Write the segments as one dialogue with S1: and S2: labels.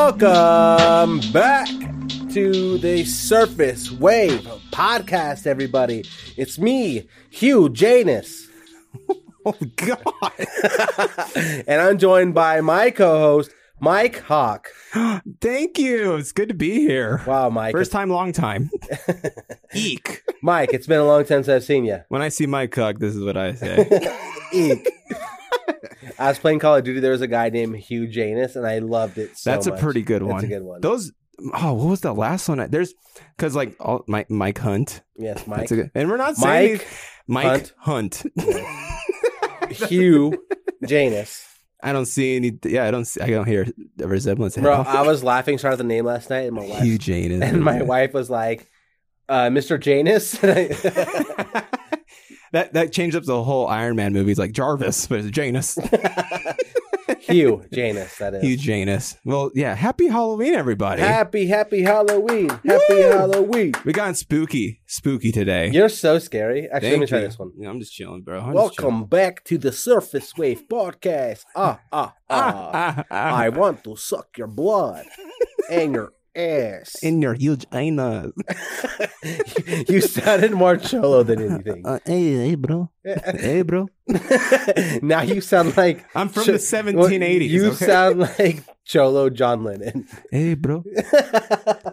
S1: Welcome back to the Surface Wave podcast, everybody. It's me, Hugh Janus,
S2: Oh God!
S1: and I'm joined by my co-host, Mike Hawk.
S2: Thank you. It's good to be here.
S1: Wow, Mike,
S2: First time, long time. Eek.
S1: Mike, it's been a long time since I've seen you.
S2: When I see Mike Cook, this is what I say.
S1: Eek. I was playing Call of Duty. There was a guy named Hugh Janus, and I loved it. So
S2: That's a
S1: much.
S2: pretty good
S1: That's
S2: one.
S1: a good one.
S2: Those. Oh, what was the last one? I- There's because like all, Mike Mike Hunt.
S1: yes, Mike.
S2: That's a good. And we're not saying
S1: Mike,
S2: these- Mike Hunt.
S1: Hugh Janus.
S2: I don't see any. Yeah, I don't. See, I don't hear a resemblance. at
S1: Bro,
S2: all.
S1: I was laughing, started the name last night, and my wife
S2: Hugh Janus.
S1: and my wife was like, uh, "Mr. Janus." And I-
S2: that that changed up the whole Iron Man movies, like Jarvis, but it's Janus.
S1: Hugh Janus, that is.
S2: Hugh Janus. Well, yeah. Happy Halloween, everybody.
S1: Happy, happy Halloween! Happy
S2: Woo!
S1: Halloween!
S2: We got spooky, spooky today.
S1: You're so scary. Actually, let me
S2: Thank
S1: try
S2: you.
S1: this one.
S2: Yeah, I'm just chilling, bro. I'm just chilling.
S1: Welcome back to the Surface Wave Podcast. Ah, ah, ah!
S2: Ah, ah, ah.
S1: I want to suck your blood and your ass.
S2: in your huge anus.
S1: you sounded more cholo than anything.
S2: Uh, hey, hey, bro. hey, bro.
S1: now you sound like
S2: I'm from
S1: Cho-
S2: the 1780s.
S1: You
S2: okay?
S1: sound like Cholo John Lennon.
S2: hey, bro.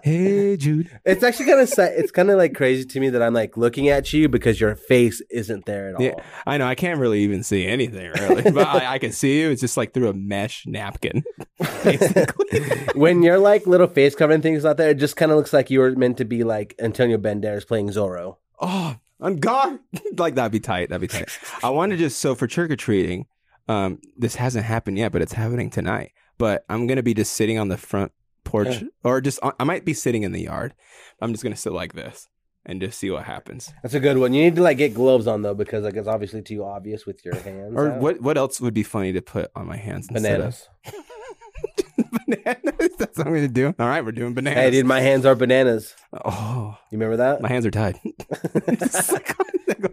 S2: Hey, Jude.
S1: It's actually kind of it's kind of like crazy to me that I'm like looking at you because your face isn't there at all.
S2: Yeah, I know. I can't really even see anything, really, but I, I can see you. It's just like through a mesh napkin, basically.
S1: when your like little face covering thing's not there, it just kind of looks like you were meant to be like Antonio Banderas playing Zorro.
S2: oh, I'm gone. like that'd be tight. That'd be tight. I want to just so for trick or treating, um, this hasn't happened yet, but it's happening tonight. But I'm gonna be just sitting on the front porch, or just I might be sitting in the yard. I'm just gonna sit like this and just see what happens.
S1: That's a good one. You need to like get gloves on though because like it's obviously too obvious with your hands.
S2: Or
S1: out.
S2: what? What else would be funny to put on my hands? instead of-
S1: Bananas.
S2: bananas. That's what I'm gonna do. All right, we're doing bananas.
S1: Hey, dude, my hands are bananas.
S2: Oh,
S1: You remember that?
S2: my hands are tied. Just like- oh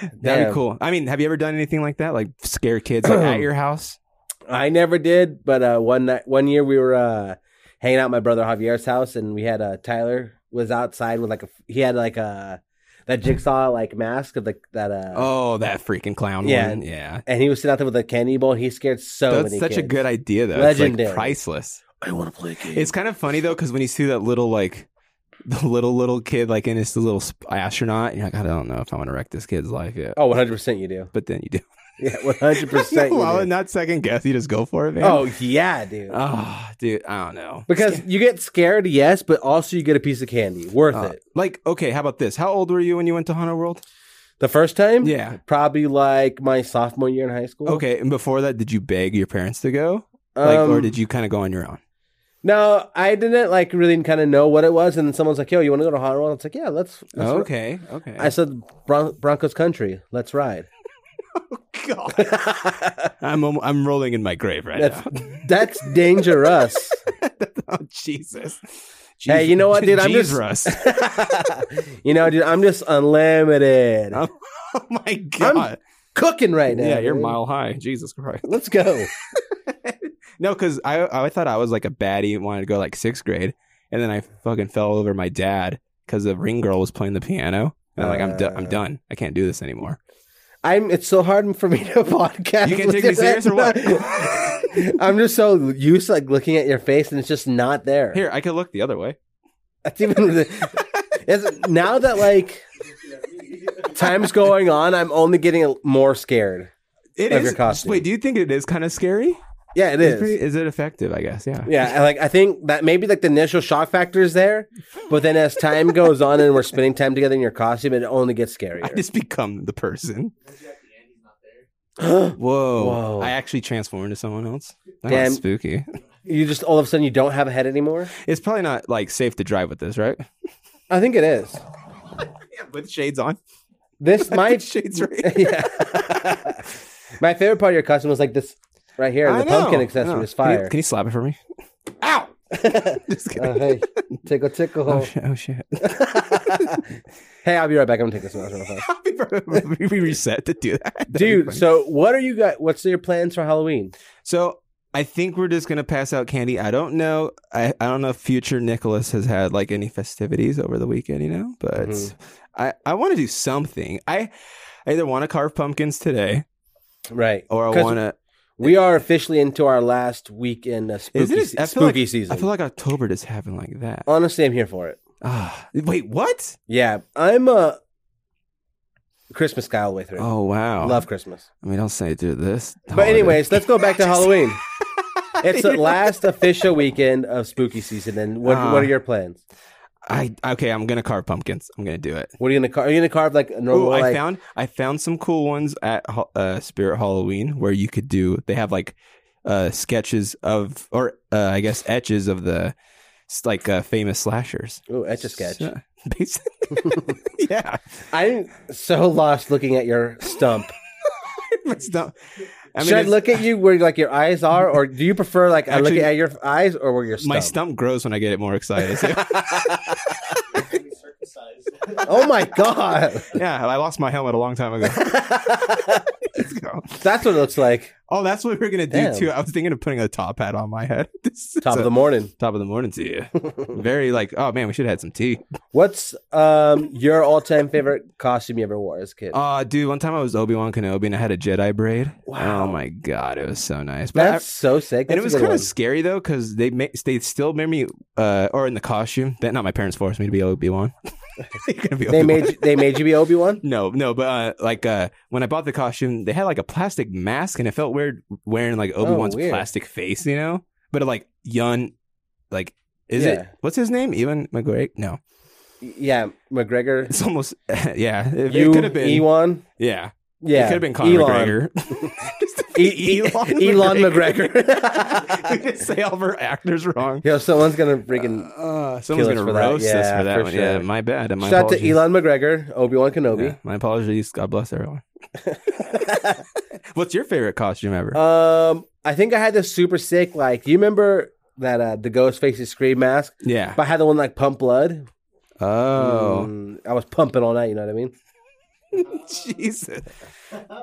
S2: That'd
S1: Damn.
S2: be cool. I mean, have you ever done anything like that? Like scare kids like, at your house?
S1: I never did, but uh, one night, one year we were uh, hanging out at my brother Javier's house, and we had uh, Tyler was outside with like a he had like a that jigsaw like mask of like that uh
S2: Oh, that freaking clown
S1: Yeah.
S2: one. Yeah.
S1: and he was sitting out there with a candy bowl. and He scared so
S2: That's
S1: many.
S2: such a
S1: kids.
S2: good idea, though. It's, like,
S1: Legendary.
S2: priceless.
S1: I want to play a game.
S2: It's kind of funny, though, because when you see that little, like, the little, little kid, like, in his little sp- astronaut, you're like, I don't know if I want to wreck this kid's life yet.
S1: oh, one hundred percent you do.
S2: But then you do.
S1: Yeah, one hundred percent.
S2: well, not second guess. You just go for it, man.
S1: Oh yeah, dude.
S2: Oh, dude. I don't know.
S1: because you get scared, yes, but also you get a piece of candy. Worth
S2: Uh,
S1: it.
S2: like, okay, how about this? How old were you when you went to Haunted World?
S1: The first time,
S2: Yeah.
S1: probably like my sophomore year in high school.
S2: Okay. And before that, did you beg your parents to go? Like, or
S1: Um,
S2: did you kind of go on your own?
S1: No, I didn't like really kind of know what it was, and then someone's like, "Yo, you want to go to Hot Roll?" It's like, "Yeah, let's." let's ri-"
S2: Oh, okay. Okay.
S1: I said Bron- Broncos country. Let's ride.
S2: God. I'm I'm rolling in my grave right
S1: That's
S2: now.
S1: that's dangerous.
S2: oh Jesus.
S1: Hey, you know what, dude? I'm just-
S2: Russ.
S1: you know, dude, I'm just unlimited.
S2: oh my God.
S1: Cooking right now.
S2: yeah, you're
S1: dude.
S2: mile high. Jesus Christ.
S1: Let's go.
S2: No, because I I thought I was like a baddie and wanted to go like sixth grade, and then I fucking fell over my dad because the ring girl was playing the piano. And I'm like, I'm, do- I'm
S1: Uh.
S2: done. I can't do this anymore.
S1: I'm. It's so hard for me to podcast.
S2: You can't take me
S1: with that.
S2: serious or what?
S1: I'm just so used to like looking at your face, and it's just not there.
S2: Here, I could look the other way.
S1: That's even it's, now that like time's going on, I'm only getting more scared.
S2: It
S1: Of your
S2: is.
S1: costume.
S2: Wait, do you think it is kind of scary?
S1: Yeah, it
S2: It's
S1: is.
S2: pretty- is it effective? I guess. Yeah.
S1: yeah, and, like I think that maybe like the initial shock factor is there, but then as time goes on and we're spending time together in your costume, it only gets
S2: I
S1: scarier.
S2: just become the person. Whoa.
S1: Whoa.
S2: I actually transform into someone else. That's
S1: Damn.
S2: spooky.
S1: you just all of a sudden you don't have a head anymore.
S2: It's probably not like safe to drive with this, right?
S1: I think it is.
S2: Yeah, with shades on.
S1: This my
S2: shades right.
S1: yeah. my favorite part of your costume was like this right here. The pumpkin accessory is
S2: Can
S1: fire.
S2: you, can you slap it for me? Ow! Just kidding.
S1: Uh, hey, tickle tickle.
S2: Oh shit! Oh shit!
S1: hey, I'll be right back. I'm gonna take this one. out real fast.
S2: we reset to do that, That'd be
S1: dude
S2: funny.
S1: so what are you got what's your plans for halloween
S2: So I I think we're just gonna pass out candy. I don't know. I, I don't know if future Nicholas has had like any festivities over the weekend, you know. But
S1: Mhm.
S2: I I want to do something. I I either want to carve pumpkins today
S1: right?
S2: or I
S1: 'Cause
S2: want to.
S1: We are officially into our last week in uh, spooky,
S2: Isn't it-
S1: se-
S2: I feel like-
S1: spooky season.
S2: I feel like October just happened like that.
S1: Honestly, I'm here for it.
S2: Ah, wait, what?
S1: Yeah, I'm a Christmas guy all the way through.
S2: Oh wow!
S1: Love Christmas.
S2: I mean, don't say do this.
S1: But
S2: holiday.
S1: anyways, let's go back to Halloween. It's the
S2: You know?
S1: last official weekend of spooky season. And what,
S2: Ah.
S1: what are your plans?
S2: I okay. I'm gonna carve pumpkins. I'm gonna do it.
S1: What are you gonna carve? Are you gonna carve like a normal
S2: Ooh, I
S1: like
S2: found I found some cool ones at Ho- uh, Spirit Halloween where you could do. They have like uh, sketches of, or uh, I guess etches of the s- like uh, famous slashers.
S1: ooh, etch a sketch?
S2: So- basically, yeah.
S1: I'm so lost looking at your stump.
S2: It's not- I
S1: Should I
S2: it's-
S1: look at you where like your eyes are, or do you prefer like I look
S2: Actually-
S1: at your eyes or where your stump?
S2: My stump grows when I get it more excited. so-
S1: oh my god,
S2: yeah, I lost my helmet a long time ago. Let's go.
S1: that's what it looks like.
S2: Oh, that's what we were gonna do
S1: Damn.
S2: too. I was thinking of putting a top hat on my head. This is
S1: Top
S2: a-
S1: of the morning.
S2: top of the morning to you. Very like, oh man, we should have had some tea.
S1: What's um your all time favorite costume you ever wore as a kid?
S2: Uh dude, one time I was Obi Wan Kenobi and I had a Jedi braid.
S1: Wow.
S2: Oh my god, it was so nice. But I-
S1: that's so sick.
S2: and
S1: That's
S2: it was
S1: kind of
S2: scary though because they ma- they still made me uh or in the costume that not my parents forced me to be Obi Wan.
S1: they made you- they made you be Obi Wan.
S2: No, no, but uh, like uh, when I bought the costume, they had like a plastic mask, and it felt weird wearing like Obi Wan's
S1: Oh, weird.
S2: plastic face, you know. But like Yun, like is
S1: Yeah.
S2: it what's his name? Ewan McGregor? No,
S1: Yeah, McGregor.
S2: it's almost yeah. It,
S1: You
S2: could have been
S1: Ewan.
S2: yeah.
S1: Yeah,
S2: It could have been Conor
S1: Elon.
S2: McGregor. Just to
S1: E-
S2: be
S1: E- Elon McGregor.
S2: we just say all of our actors wrong.
S1: Yo, someone's gonna freaking
S2: Uh, someone's
S1: us
S2: gonna
S1: for that.
S2: roast us
S1: Yeah,
S2: for that
S1: for
S2: one.
S1: sure.
S2: Yeah, my bad. My
S1: shout out
S2: apologies.
S1: to Elon McGregor, Obi Wan
S2: Yeah,
S1: Kenobi.
S2: my apologies. God bless everyone. What's your favorite costume ever?
S1: Um, I think I had this super sick. Like, do you remember that uh, the ghost faces scream mask?
S2: yeah.
S1: But I had the one like pump blood.
S2: Oh,
S1: Mm, I was pumping all night. You know what I mean?
S2: Jesus.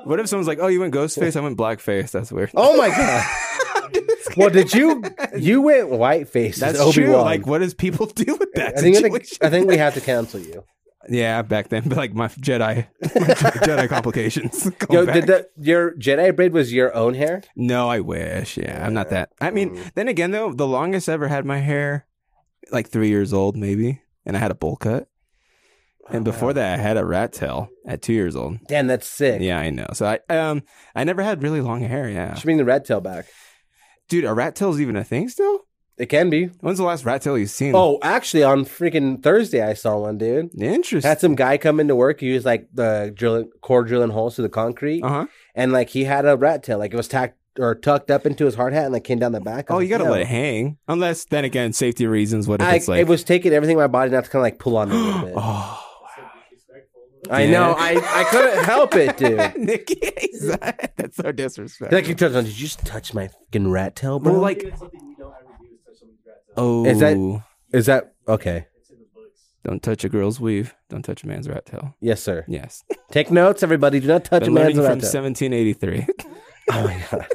S2: What if someone's like, oh, you went Ghostface? I went Blackface. That's weird.
S1: Oh my god! well, did you you went white face?
S2: That's
S1: Obi
S2: true.
S1: Wan.
S2: Like, what does people do with that
S1: I think I think,
S2: situation?
S1: I think we have to cancel you.
S2: yeah, back then, but like my Jedi, my Jedi complications.
S1: Yo,
S2: Going back.
S1: did the, your Jedi braid was your own hair?
S2: no, I wish. Yeah, I'm not that. I mean,
S1: Mm.
S2: then again, though, the longest I ever had my hair, like three years old, maybe, and I had a bowl cut. And before that, I had a rat tail at two years old.
S1: Damn, that's sick.
S2: Yeah, I know. So I um I never had really long hair. Yeah,
S1: Should bring the red tail back.
S2: dude, a rat tail's even a thing still.
S1: It can be.
S2: When's the last rat tail you've seen?
S1: Oh, actually, on freaking Thursday, I saw one dude.
S2: interesting.
S1: Had some guy come into work. He was like the drilling core drilling holes through the concrete,
S2: Uh huh.
S1: and like he had a rat tail. Like it was tacked or tucked up into his hard hat, and like came down the back. I
S2: Oh,
S1: was
S2: you gotta
S1: like,
S2: let
S1: yo.
S2: it hang. Unless, then again, safety reasons. What if
S1: I,
S2: it's like?
S1: it was taking everything in my body, not to kind of like pull on me a little bit.
S2: oh,
S1: I
S2: Yeah.
S1: know. I, I couldn't help it, dude.
S2: Nikki, that's so disrespectful.
S1: Like he turns on. Did you just touch my fucking rat tail, bro?
S2: Well, like, oh,
S1: Is that- is that okay?
S2: don't touch a girl's weave. Don't touch a man's rat tail.
S1: Yes, sir.
S2: Yes,
S1: Take notes, everybody. Do not touch a
S2: been
S1: man's
S2: learning
S1: rat
S2: from
S1: tail.
S2: 1783.
S1: Oh my god.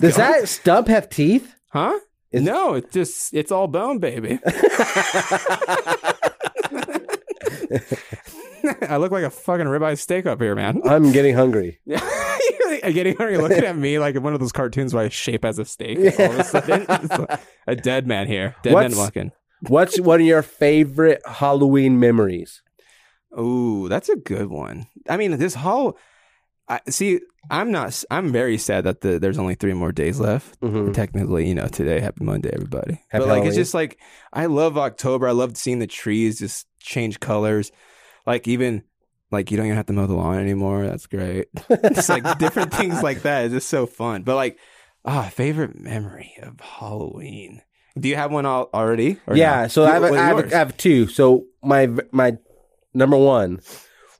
S1: Does that stump have teeth?
S2: Huh?
S1: Is-
S2: no, it's just it's all bone, baby. I look like a fucking ribeye steak up here, man.
S1: I'm getting hungry.
S2: You're getting hungry looking at me like one of those cartoons where I shape as a steak. All of a sudden, it's like a dead man here. Dead
S1: What's-
S2: man walking.
S1: What's one of your favorite Halloween memories?
S2: Ooh, that's a good one. I mean, this whole. I, see, I'm not. s- I'm very sad that the, there's only three more days left.
S1: Mhm.
S2: Technically, you know, today, happy Monday, everybody.
S1: Happy
S2: but like,
S1: Halloween.
S2: it's just like I love October. I loved seeing the trees just change colors. Like even like you don't even have to mow the lawn anymore. That's great. it's like different things like that. It's just so fun. But like, ah, favorite memory of Halloween. Do you have one al- already? or
S1: yeah,
S2: no?
S1: so
S2: You-
S1: I have,
S2: what's
S1: I, have,
S2: yours?
S1: I have two. So my my number one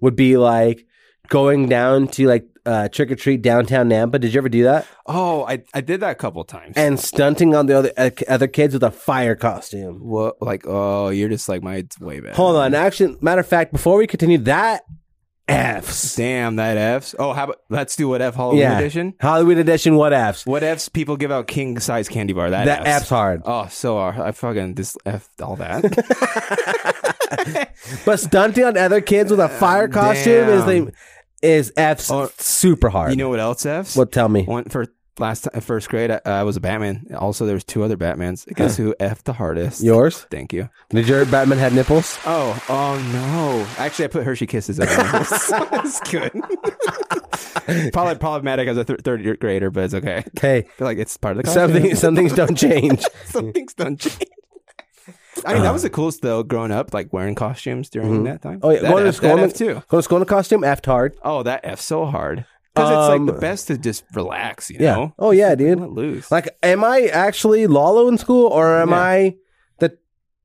S1: would be like going down to like uh, trick or treat downtown Nampa. Did you ever do that?
S2: oh, I I did that a couple times.
S1: And stunting on the other uh, other kids with a fire costume.
S2: What like oh you're just like my it's way better.
S1: Hold on, actually, matter of fact, before we continue, that F's.
S2: Damn that F's. Oh, how about let's do what F Halloween
S1: Yeah.
S2: edition.
S1: Hollywood edition. What F's?
S2: What F's people give out king size candy bar. That,
S1: That F's
S2: F's.
S1: hard.
S2: Oh, so are I fucking this F all that.
S1: But stunting on other kids with a fire costume is the, is F's
S2: Uh, Or-
S1: super hard.
S2: you know what else F's?
S1: well, tell me.
S2: One for last time, first grade. I, I was a Batman. Also, there was two other Batmans. Guess who F the hardest?
S1: Yours?
S2: Thank you.
S1: Did your Batman have nipples?
S2: Oh, oh no! Actually, I put Hershey Kisses up. That's good. Probably problematic as a th- third year grader, but it's okay. I
S1: Hey,
S2: feel like it's part of the costume.
S1: something some things don't change.
S2: Some things don't change. I mean, that was the coolest though. Growing up, like wearing costumes during that time.
S1: Um, Oh yeah,
S2: that
S1: going to
S2: F-
S1: school
S2: that
S1: in-
S2: F too.
S1: Going to school in a costume, F'd hard.
S2: Oh, that F so hard because it's like
S1: Um,
S2: the best to just relax. You
S1: Yeah.
S2: know,
S1: Oh yeah, dude.
S2: let loose.
S1: Like, am I actually Lalo in school, or am
S2: Yeah.
S1: I the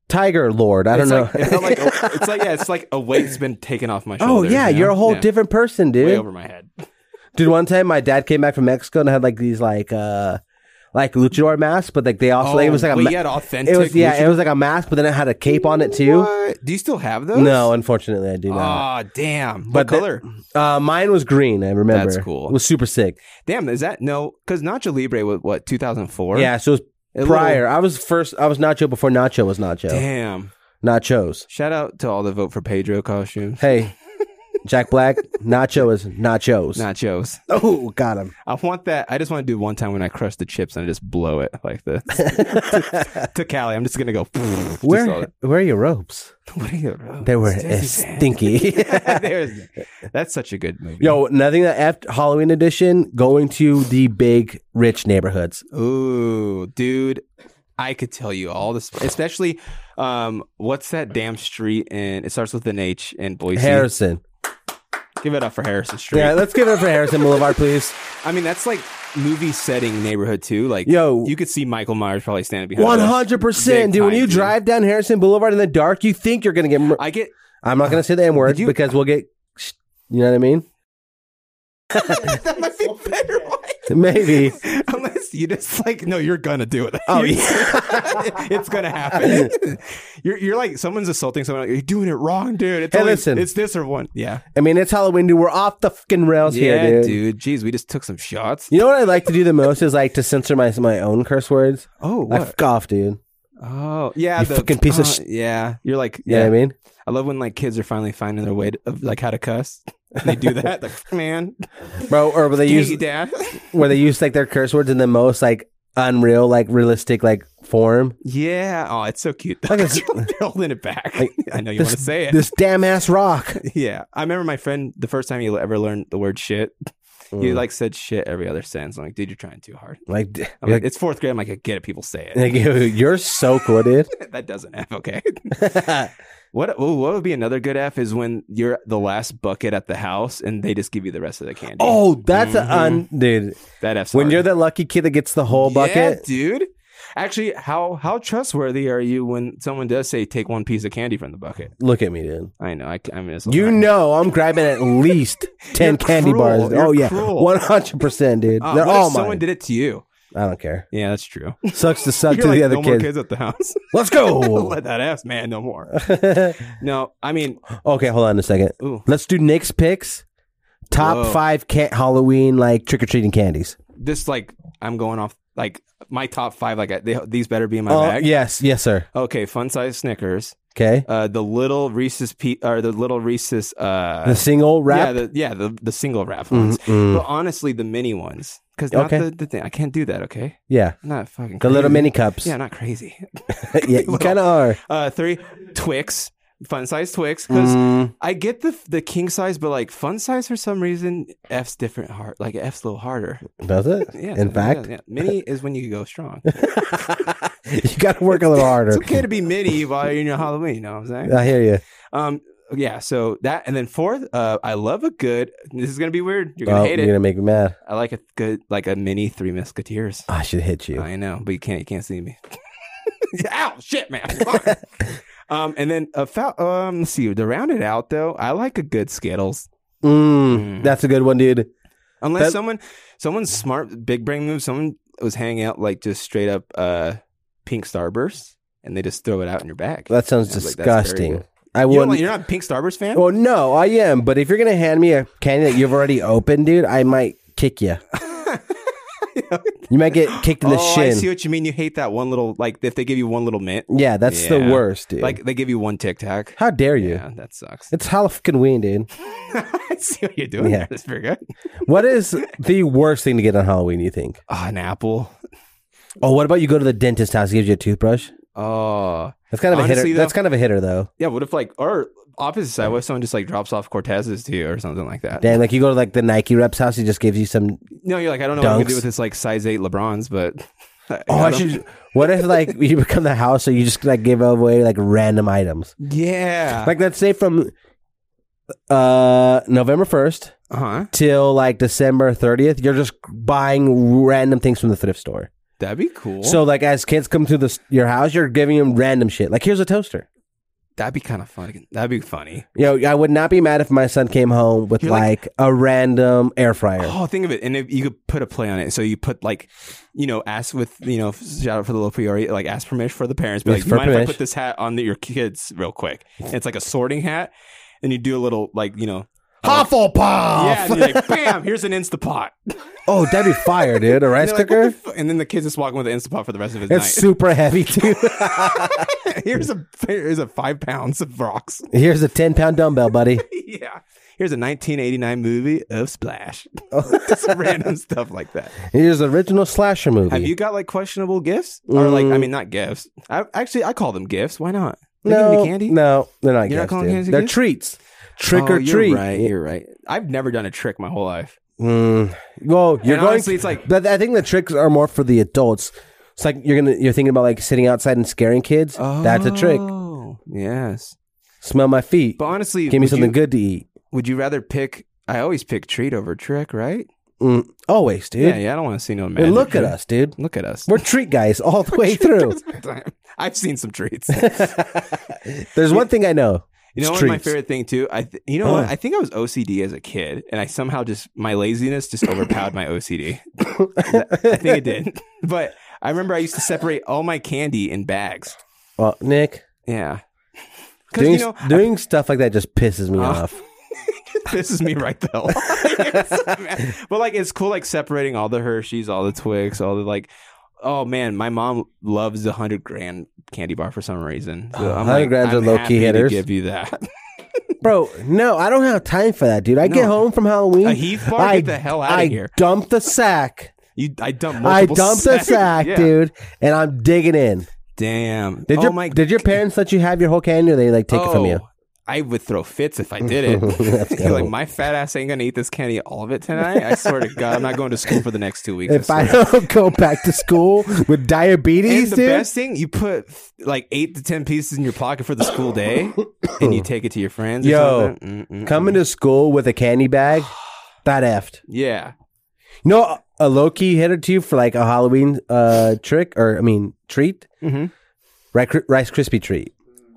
S1: Tiger Lord? I don't
S2: it's
S1: know.
S2: Like, it felt like a- it's like yeah, it's like a weight's been taken off my
S1: oh
S2: shoulders.
S1: yeah,
S2: you know?
S1: you're a whole
S2: Yeah,
S1: different person, dude.
S2: way over my head.
S1: Dude, one time my dad came back from Mexico and had like these like uh like luchador masks, but like they also like, it was like a
S2: wait,
S1: ma-
S2: you had authentic.
S1: it was yeah
S2: Lucha-
S1: it was like a mask, but then it had a cape on it too.
S2: What? Do you still have those?
S1: No, unfortunately, I do not.
S2: Oh damn! What
S1: But the-
S2: color?
S1: uh, mine was green. I remember.
S2: Ah. That's cool.
S1: It was super sick.
S2: damn, is that no? Because Nacho Libre was what 2004.
S1: Yeah, so it
S2: A
S1: was
S2: little-
S1: prior. I was first. I was Nacho before Nacho was Nacho.
S2: Damn.
S1: Nachos.
S2: Shout out to all the vote for Pedro costumes.
S1: Hey, Jack Black. Nacho is nachos.
S2: Nachos.
S1: oh, got him.
S2: I want that. I just want to do one time when I crush the chips and I just blow it like this. to Cali, I'm just gonna go. just all
S1: Where
S2: that.
S1: where are your ropes?
S2: What are you? oh,
S1: They were uh,
S2: Jesse Van.
S1: stinky.
S2: There's- that's such a good movie.
S1: Yo, nothing that after Halloween edition, going to the big rich neighborhoods.
S2: Ooh, dude, I could tell you all this, especially um, what's that damn street? And it starts with an H in Boise.
S1: Harrison.
S2: Give it up for Harrison Street.
S1: Yeah, let's give it up for Harrison Boulevard, please.
S2: I mean, that's like movie setting neighborhood too. Like,
S1: Yo.
S2: you could see Michael Myers probably standing behind.
S1: One
S2: us.
S1: hundred percent,
S2: Big
S1: dude. When
S2: time,
S1: you
S2: dude.
S1: drive down Harrison Boulevard in the dark, you think you're gonna get. Mur-
S2: I get.
S1: I'm not gonna say the N word
S2: Did you-
S1: because we'll get. sh- You know what I mean?
S2: that might be a better. way.
S1: Maybe.
S2: Unless you just like, no, you're gonna do it.
S1: Oh,
S2: You- it's gonna happen. you're you're like someone's assaulting someone. Like, you're doing it wrong, dude. It's
S1: Hey,
S2: only-
S1: listen.
S2: it's this or one. Yeah.
S1: I mean, it's Halloween, dude. We're off the fucking rails
S2: yeah,
S1: here, dude.
S2: dude. Jeez, we just took some shots.
S1: You know what I like to do the most is like to censor my my own curse words.
S2: Oh,
S1: Like fuck off, dude.
S2: oh, yeah.
S1: You fucking piece of sh-
S2: yeah, you're like,
S1: You know
S2: yeah.
S1: what I mean?
S2: I love when like kids are finally finding their way to, of like how to cuss. And they do that, like man,
S1: Bro, or where they
S2: dang
S1: use
S2: it, dad.
S1: where they use like their curse words in the most like unreal, like realistic like form.
S2: yeah. Oh, it's so cute.
S1: Like
S2: They're
S1: it's-
S2: holding it back.
S1: Like,
S2: I know you
S1: this-
S2: want to say it.
S1: This damn ass rock.
S2: yeah, I remember my friend the first time he ever learned the word shit. He
S1: Mm.
S2: like said shit every other sentence. I'm like, dude, you're trying too hard.
S1: Like, d-
S2: I'm like,
S1: like,
S2: it's fourth grade. I'm like, I get it. People say it.
S1: like, you're so cool, dude.
S2: that doesn't F. Okay. What oh, what would be another good F is when you're the last bucket at the house and they just give you the rest of the candy.
S1: oh, that's a un
S2: Mm-hmm.
S1: dude.
S2: that F's
S1: When
S2: hard.
S1: you're the lucky kid that gets the whole
S2: Yeah,
S1: bucket.
S2: dude. Actually, how how trustworthy are you when someone does say take one piece of candy from the bucket?
S1: Look at me, dude.
S2: I know. I, c- I mean, it's
S1: You know I'm grabbing at least 10
S2: You're
S1: candy
S2: cruel.
S1: bars.
S2: You're
S1: oh yeah.
S2: cruel.
S1: 100%, dude.
S2: Uh,
S1: They're
S2: what if
S1: all
S2: someone
S1: mine.
S2: did it to you.
S1: I don't care.
S2: Yeah, that's true.
S1: Sucks to suck
S2: You're
S1: to
S2: like,
S1: the other
S2: no more
S1: kids.
S2: kids at the house.
S1: Let's go.
S2: Let that ass man no more. No, I mean,
S1: okay, hold on a second.
S2: ooh,
S1: Let's do Nick's picks. Top
S2: Whoa.
S1: five can- Halloween like trick or treating candies.
S2: this like I'm going off like my top five. Like I, they, these better be in my
S1: Oh
S2: bag.
S1: yes, yes, sir.
S2: Okay, fun size Snickers.
S1: Okay,
S2: Uh, the little Reese's pe- or the little Reese's. Uh,
S1: the single
S2: Yeah,
S1: wrap.
S2: the, yeah, the, the single wrap
S1: Mm,
S2: ones.
S1: mm.
S2: But honestly, the mini ones, because not
S1: Okay.
S2: the, the thing. I can't do that. Okay,
S1: yeah,
S2: I'm not fucking.
S1: the little
S2: crazy.
S1: mini cups.
S2: Yeah, I'm not crazy.
S1: yeah, you kind of are.
S2: Uh, three Twix, fun size Twix. Because
S1: Mm-hmm.
S2: I get the the king size, but like fun size for some reason, F's different hard. Like F's a little harder.
S1: Does it?
S2: Yeah.
S1: In
S2: it
S1: fact,
S2: does, yeah. mini is when you go strong.
S1: you got to work a little harder.
S2: it's okay to be mini while you're in your Halloween. You know what I'm saying?
S1: I hear you.
S2: Um. Yeah. So that, and then fourth, uh, I love a good. This is gonna be weird. You're gonna
S1: Oh,
S2: hate
S1: you're
S2: it.
S1: gonna make me mad.
S2: I like a good, like a mini Three Musketeers.
S1: I should hit you.
S2: I know, but you can't. You can't see me. Ow! Shit, man. Fuck. um, and then a fou- um, let's see. To round it out, though, I like a good Skittles.
S1: Mm, that's a good one, dude.
S2: Unless
S1: That-
S2: someone, someone's smart, big brain move. Someone was hanging out like just straight up uh, pink Starburst, and they just throw it out in your bag.
S1: That sounds
S2: I was like, that's very
S1: disgusting.
S2: good.
S1: I
S2: You don't
S1: wouldn't.
S2: like, you're not a Pink Starburst fan.
S1: well, no, I am. But if you're gonna hand me a candy that you've already opened, dude, I might kick you. You might get kicked in the
S2: oh, I
S1: shin.
S2: see what you mean. You hate that one little like if they give you one little mint,
S1: yeah, that's the
S2: Yeah.
S1: worst, dude.
S2: like they give you one Tic Tac.
S1: how dare you?
S2: Yeah, that sucks.
S1: It's Halloween, dude.
S2: I see what you're doing.
S1: Yeah.
S2: Yeah, that's pretty good.
S1: What is the worst thing to get on Halloween? You think?
S2: Oh, an apple.
S1: Oh, what about you go to the dentist house? He gives you a toothbrush.
S2: Oh,
S1: That's kind of a
S2: Honestly,
S1: hitter.
S2: though-
S1: that's kind of a hitter, though.
S2: yeah. What if like or opposite side? What if someone just like drops off Cortezes to you or something like that?
S1: Damn, like you go to like the Nike reps house, he just gives you some.
S2: No, you're like I don't know what I'm
S1: Dunks.
S2: gonna do with this like size eight Lebrons, but
S1: Oh, I
S2: don't-
S1: should. What if like you become the house, so you just like give away like random items?
S2: Yeah.
S1: Like let's say from uh November first
S2: huh.
S1: till like December thirtieth, you're just buying random things from the thrift store.
S2: That'd be cool.
S1: So like as kids come through this your house, you're giving them random shit. Like here's a toaster.
S2: that'd be kind of fun. That'd be funny.
S1: You know, I would not be mad if my son came home with
S2: You're
S1: like,
S2: like-
S1: a random air fryer.
S2: Oh, think of it, and if you could put a play on it. So you put like, you know, ask with you know, shout out for the little priori, like ask permission for the parents. Be
S1: Yes,
S2: like,
S1: for
S2: you mind if I
S1: permission.
S2: put this hat on the, your kids real quick? And it's like a sorting hat, and you do a little like you know, yeah,
S1: Hufflepuff.
S2: and you're like, bam, here's an Instapot.
S1: oh, that'd be fire, dude. A rice
S2: They're like,
S1: cooker.
S2: "What the fu-" and then the kids just walking with an Instapot for the rest of his
S1: it's super heavy too.
S2: night. here's a here's a five pounds of rocks.
S1: Here's a ten pound dumbbell, buddy.
S2: yeah. Here's a 1989 movie of Splash.
S1: Oh.
S2: Just random stuff like that.
S1: Here's the original slasher movie.
S2: Have you got like questionable gifts? Or like,
S1: Mm.
S2: I mean, not gifts. I, actually, I call them gifts. Why not? They give
S1: no,
S2: me candy.
S1: no, they're not.
S2: You're not
S1: gifts,
S2: calling
S1: dude.
S2: candy
S1: They're
S2: gifts?
S1: treats. Trick
S2: Oh,
S1: or
S2: you're
S1: treat.
S2: Right, you're right. I've never done a trick my whole life.
S1: Mm. Well, you're going.
S2: And honestly, it's like-
S1: but I think the tricks are more for the adults. It's like you're gonna you're thinking about like sitting outside and scaring kids. That's a trick.
S2: Oh, Yes,
S1: Smell my feet.
S2: but honestly,
S1: Give me
S2: would
S1: something
S2: you-
S1: good to eat.
S2: Would you rather pick? I always pick treat over trick, right?
S1: Mm. Always, dude.
S2: Yeah, yeah. I don't want to see no man.
S1: And look at us, dude.
S2: Look at us.
S1: We're treat guys all the way through.
S2: I've seen some treats.
S1: There's one thing I know.
S2: You
S1: It's
S2: know what's my
S1: treats.
S2: favorite thing too? I th- you know
S1: Oh.
S2: what? I think I was OCD as a kid, and I somehow just my laziness just overpowered my OCD. I think it did. But I remember I used to separate all my candy in bags.
S1: Well, Nick,
S2: Yeah, because
S1: doing
S2: you know Uh,
S1: doing stuff like that just pisses me off.
S2: this is me right the hell. but like it's cool, like separating all the Hershey's, all the Twix, all the like. Oh man, my mom loves the hundred grand candy bar for some reason. So I'm
S1: 100
S2: like,
S1: grams are
S2: I'm
S1: low-key
S2: happy to
S1: hitters.
S2: Give you that
S1: Bro, no, I don't have time for that, dude. I get
S2: No.
S1: home from Halloween.
S2: a Heath bar.
S1: I-
S2: Get the hell out
S1: I
S2: of here.
S1: dump the sack.
S2: You, I dumped.
S1: I
S2: Multiple
S1: dumped the
S2: sacks.
S1: sack,
S2: Yeah.
S1: dude, and I'm digging in.
S2: Damn.
S1: Did
S2: oh
S1: your
S2: my
S1: did your parents let you have your whole candy? Or they like take it from you.
S2: Oh, I would throw fits if I did it. You're like my fat ass ain't gonna eat this candy all of it tonight. I swear to God, I'm not going to school for the next two weeks. I
S1: If I
S2: swear.
S1: don't go back to school with
S2: and
S1: diabetes,
S2: the
S1: dude,
S2: best thing, you put like eight to ten pieces in your pocket for the school day, and you take it to your friends. Or
S1: Yo,
S2: something. Mm-mm.
S1: coming to school with a candy bag, that effed.
S2: yeah,
S1: You know, a low key hitter to you for like a Halloween uh, trick or I mean treat,
S2: Mhm.
S1: Rice Kri- Rice Krispie treat.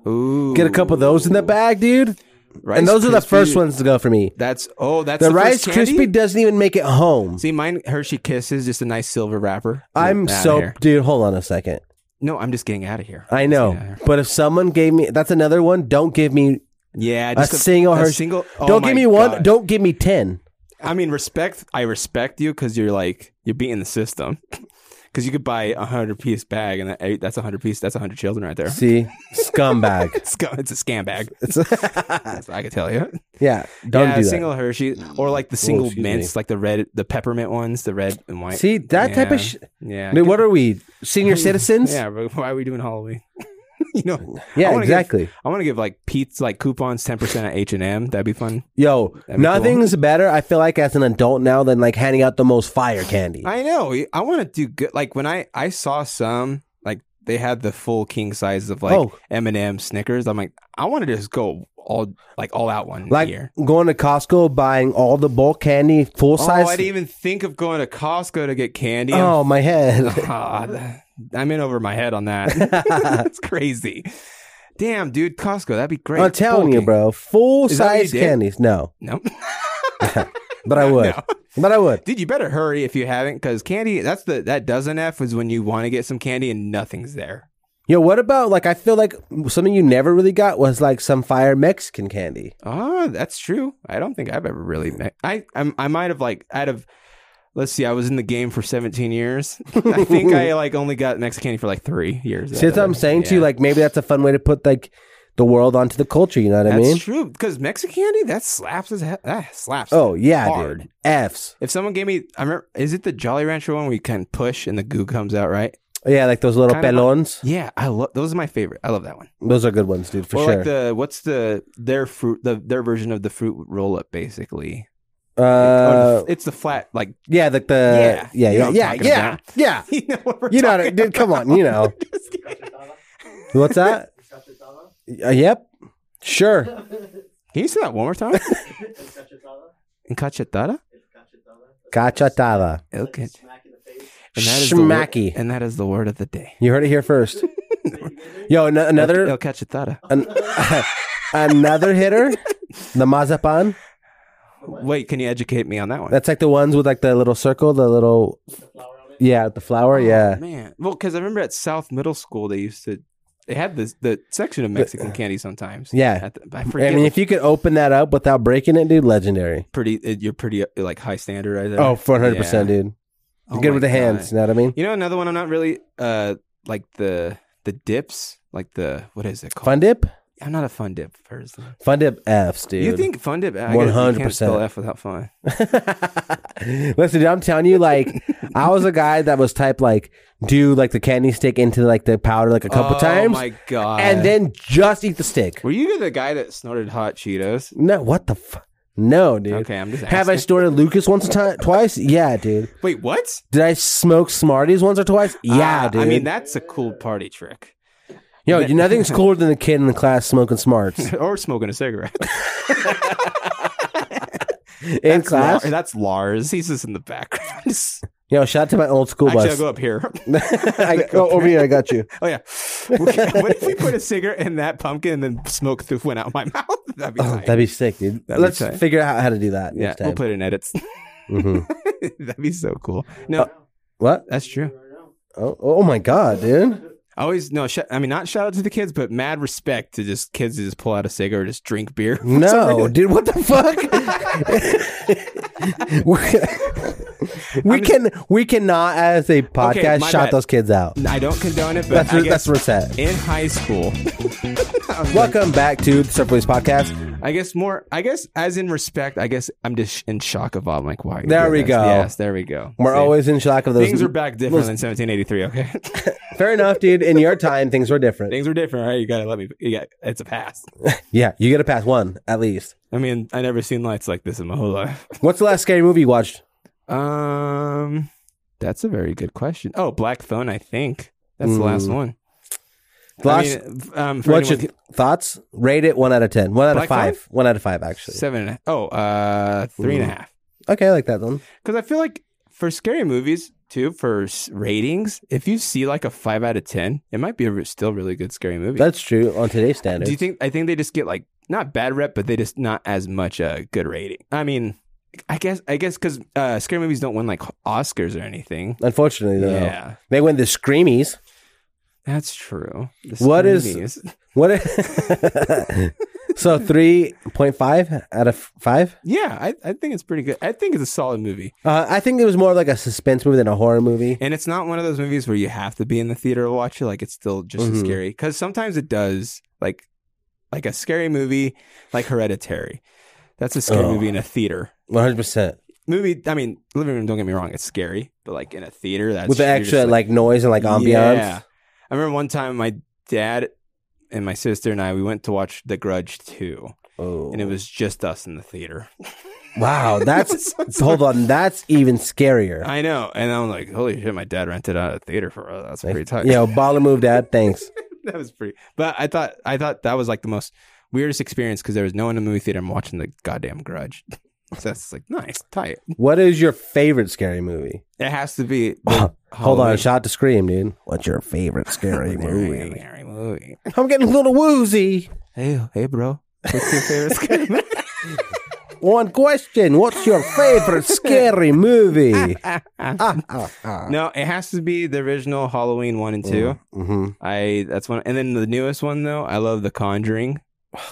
S2: ooh,
S1: Get a couple of those in the bag, dude.
S2: Rice
S1: and those are the
S2: Krispie-
S1: first ones to go for me.
S2: That's oh, that's
S1: The,
S2: the,
S1: Rice Krispie
S2: crispy.
S1: doesn't even make it home.
S2: See, mine Hershey Kisses, just a nice silver wrapper.
S1: I'm
S2: Outta
S1: so
S2: here.
S1: dude. Hold on a second.
S2: no, I'm just getting out of here.
S1: I
S2: Just
S1: know,
S2: getting outta here.
S1: but if someone gave me, that's another one. Don't give me
S2: Yeah,
S1: a
S2: just
S1: single Hershey.
S2: single- oh
S1: don't
S2: my
S1: give me one.
S2: God.
S1: Don't give me ten.
S2: I mean, respect. I respect you because you're like you're beating the system. Because you could buy a hundred piece bag, and that, that's a hundred piece. That's a hundred children right there.
S1: See, scumbag.
S2: It's, go- it's a scam bag. That's what I can tell you.
S1: Yeah, don't
S2: yeah,
S1: do that. Oh,
S2: single Hershey or like the single
S1: excuse
S2: mints, like the red, the peppermint ones, the red and white.
S1: See that type
S2: Yeah,
S1: of. Sh-
S2: yeah,
S1: Dude, what are we, senior citizens?
S2: yeah. But why are we doing Halloween? you know,
S1: Yeah,
S2: I wanna give-
S1: exactly.
S2: I want to give like Pete's like coupons ten percent at H and M. That'd be fun.
S1: Yo,
S2: be
S1: nothing's better. I feel like as an adult now than like handing out the most fire candy.
S2: I know. I want to do good. Like when I I saw some like they had the full king size of like
S1: Oh.
S2: M and M Snickers. I'm like, I want to just go all like all out one
S1: like
S2: year.
S1: going to Costco, buying all the bulk candy, full
S2: Oh,
S1: size.
S2: I didn't even think of going to Costco to get candy. I'm-
S1: oh my head.
S2: Ah, th- I'm in over my head on that. That's crazy. Damn, dude, Costco, that'd be great.
S1: I'm telling you,
S2: Bulking.
S1: bro. Full
S2: Is that what you
S1: size
S2: did?
S1: candies. No,
S2: No,
S1: but I would. But I would.
S2: dude, you better hurry if you haven't, because candy. That's the that dozen F is when you want to get some candy and nothing's there.
S1: Yo, what about like I feel like something you never really got was like some fire Mexican candy.
S2: Oh, that's true. I don't think I've ever really met. I I'm, I might have like out of let's see, I was in the game for 17 years. I think I like only got Mexican candy for like three years.
S1: See, that's what I'm saying to you.
S2: Yeah.
S1: Like maybe that's a fun way to put like the world onto the culture. You know what I
S2: that's
S1: mean?
S2: true because Mexican candy that slaps as he- that slaps.
S1: Oh yeah,
S2: Hard.
S1: dude. F's.
S2: If someone gave me, I remember, is it the Jolly Rancher one where you can push and the goo comes out, right?
S1: Yeah, like those little
S2: Kind of-
S1: pelons.
S2: Yeah, I love those. Are my favorite. I love that one.
S1: Those are good ones, dude, for
S2: or
S1: sure.
S2: like the what's the their fruit the their version of the fruit roll up basically.
S1: uh,
S2: Or the- it's the flat like
S1: yeah, like the yeah,
S2: Yeah. You know
S1: yeah,
S2: what
S1: yeah,
S2: I'm
S1: yeah,
S2: talking
S1: yeah,
S2: about. you know what we're
S1: You know, what I-
S2: talking
S1: dude. Come on, you know
S2: about.
S1: what's that? Uh, yep, sure.
S2: Can you say that one more time? Encachetada?
S1: Cachatada,
S2: Okay. And that is the word-
S1: schmacky.
S2: And that is the word of the day.
S1: You heard it here first. Yo, an- another
S2: El cachetada.
S1: an- another hitter, the mazapan.
S2: Wait, can you educate me on that one?
S1: That's like the ones with like the little circle, the little yeah, the flower.
S2: Oh,
S1: Yeah,
S2: man. Well, because I remember at South Middle School, they used to, they had this, the section of Mexican candy sometimes.
S1: Uh, Yeah.
S2: At the- I
S1: I
S2: forget.
S1: mean,
S2: what
S1: if you could open that up without breaking it, dude, legendary.
S2: pretty, it- you're pretty uh, like high standard right there.
S1: Oh, 400 percent, dude.
S2: Oh
S1: good
S2: my
S1: with the
S2: God.
S1: hands. You know what I mean?
S2: You know, another one I'm not really, uh, like the, the dips, like the, what is it called?
S1: Fun dip,
S2: I'm not a fun dip person.
S1: fun dip F's, dude.
S2: You think fun dip? I guess You can't
S1: 100%.
S2: spell F without fun.
S1: Listen, dude, I'm telling you, like, I was a guy that was type like do like the candy stick into like the powder like a couple
S2: oh,
S1: times,
S2: my God.
S1: and then just eat the stick.
S2: Were you the guy that snorted hot Cheetos?
S1: No, what the? F- no, dude.
S2: Okay, I'm just asking.
S1: Have I snorted Lucas once or time, twice? Yeah, dude.
S2: Wait, what?
S1: Did I smoke Smarties once or twice? Yeah,
S2: Ah,
S1: dude.
S2: I mean, that's a cool party trick.
S1: Yo, you- nothing's cooler than the kid in the class smoking Smarts
S2: or smoking a cigarette.
S1: in class.
S2: Lar- that's Lars. He's just in the background. Actually,
S1: Yo, shout out to my old school
S2: I'll
S1: bus.
S2: go up here.
S1: I, oh, over here, I got you.
S2: Oh yeah. what if we put a cigarette in that pumpkin and then smoke through went out my mouth? That'd be
S1: Oh,
S2: tight.
S1: that'd be sick, dude.
S2: That'd be
S1: Let's
S2: tight.
S1: figure out how to do that
S2: yeah,
S1: next
S2: we'll
S1: time.
S2: put it in edits.
S1: Mhm.
S2: that'd be so cool.
S1: Uh,
S2: No,
S1: What?
S2: that's true.
S1: Oh, oh my god, dude.
S2: I always no. Sh- I mean, not shout out to the kids, but mad respect to just kids who just pull out a cigarette, or just drink beer. for some
S1: No,
S2: reason.
S1: dude, what the fuck? We're- we
S2: I'm
S1: can we cannot as a podcast
S2: my
S1: shout
S2: bad.
S1: those kids out.
S2: I don't condone it, but
S1: That's
S2: I
S1: where,
S2: guess
S1: that's where it's at.
S2: in high school,
S1: Welcome back to the Surf Boys podcast.
S2: I guess more. I guess as in respect, I guess I'm just in shock of all like why. you're
S1: There
S2: doing
S1: we
S2: this.
S1: go.
S2: Yes, there we go.
S1: We're
S2: See?
S1: always in shock of those.
S2: things are back different than 1783. Okay,
S1: Fair enough, dude. In your time, things were different.
S2: things were different. All right, you gotta let me. You got it's a pass.
S1: Yeah, you get a pass one at least.
S2: I mean, I never seen lights like this in my whole life.
S1: What's the last scary movie you watched?
S2: Um, that's a very good question. Oh, black phone. I think that's the
S1: Mm.
S2: last one.
S1: The
S2: I
S1: last-
S2: mean, um, for
S1: What's your
S2: anyone-
S1: thoughts? Rate it one out of ten. One out
S2: Black
S1: of five. One out of five, actually.
S2: seven and a, oh, uh, three and a half.
S1: Okay, I like that one.
S2: Because I feel like for scary movies too, for s- ratings, if you see like a five out of ten, it might be a re- still really good scary movie.
S1: That's true on today's standards.
S2: Do you think? I think they just get like not bad rep, but they just not as much a good rating. I mean, I guess I guess because uh, scary movies don't win like Oscars or anything.
S1: Unfortunately, though,
S2: Yeah,
S1: they win the screamies.
S2: that's true. The
S1: What is-
S2: Screamies.
S1: What? i- so three point five out of five.
S2: Yeah, I, I think it's pretty good. I think it's a solid movie,
S1: Uh, I think it was more like a suspense movie than a horror movie.
S2: and it's not one of those movies where you have to be in the theater to watch it. Like it's still just as
S1: Mhm.
S2: scary because sometimes it does like like a scary movie like Hereditary. That's a scary
S1: Oh.
S2: movie in a theater.
S1: One hundred percent
S2: Movie, I mean, living room. Don't get me wrong, it's scary, but like in a theater, that's
S1: with the
S2: you're
S1: extra
S2: just,
S1: like, noise and like ambiance.
S2: Yeah. I remember one time my dad and my sister and I we went to watch The Grudge 2
S1: Oh.
S2: and it was just us in the theater.
S1: wow. That's hold on. That's even scarier.
S2: I know. And I'm like, holy shit, my dad rented out a theater for us. That's pretty tight.
S1: You know, baller move, dad. Thanks.
S2: that was pretty but I thought I thought that was like the most weirdest experience because there was no one in the movie theater. I'm watching the goddamn grudge. so that's like nice, tight.
S1: What is your favorite scary movie?
S2: It has to be
S1: Hold on,
S2: Halloween.
S1: shot to scream, dude. What's your favorite scary movie?
S2: Scary movie.
S1: I'm getting a little woozy.
S2: Hey, hey bro. What's your favorite scary movie?
S1: one question. What's your favorite scary movie? Ah, ah, ah.
S2: No, it has to be the original Halloween one and two.
S1: Mhm.
S2: I that's one, and then the newest one though. I love The Conjuring.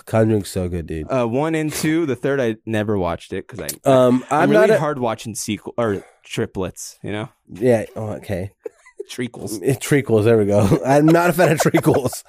S1: Conjuring's so good, dude.
S2: Uh, one and two. The third, I never watched it because I
S1: Um, I'm,
S2: I'm,
S1: not.
S2: really
S1: A,
S2: hard watching sequel or triplets. You know,
S1: yeah. Oh, okay.
S2: trequels.
S1: It treacles. There we go. I'm not a fan of treacles.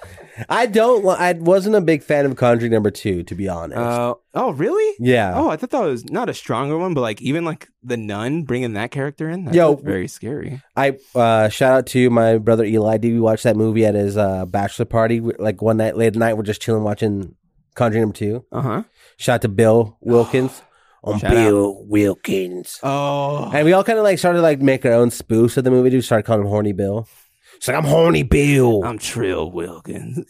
S1: I don't. li- I wasn't a big fan of Conjuring number two, to be honest.
S2: Uh, oh, really?
S1: yeah.
S2: Oh, I thought that was not a stronger one, but like even like the nun bringing that character in, that's
S1: Yo.
S2: very scary.
S1: I uh, shout out to my brother Eli. Did we watch that movie at his uh, bachelor party? We- Like one night, late at night, we're just chilling watching Conjuring number two.
S2: Uh huh.
S1: Shout out to Bill Wilkins. on
S2: Shout
S1: Bill Wilkins.
S2: Oh,
S1: And we all kind of like started like make our own spoofs of the movie. We started calling him Horny Bill. It's like I'm Horny Bill.
S2: I'm Trill Wilkins.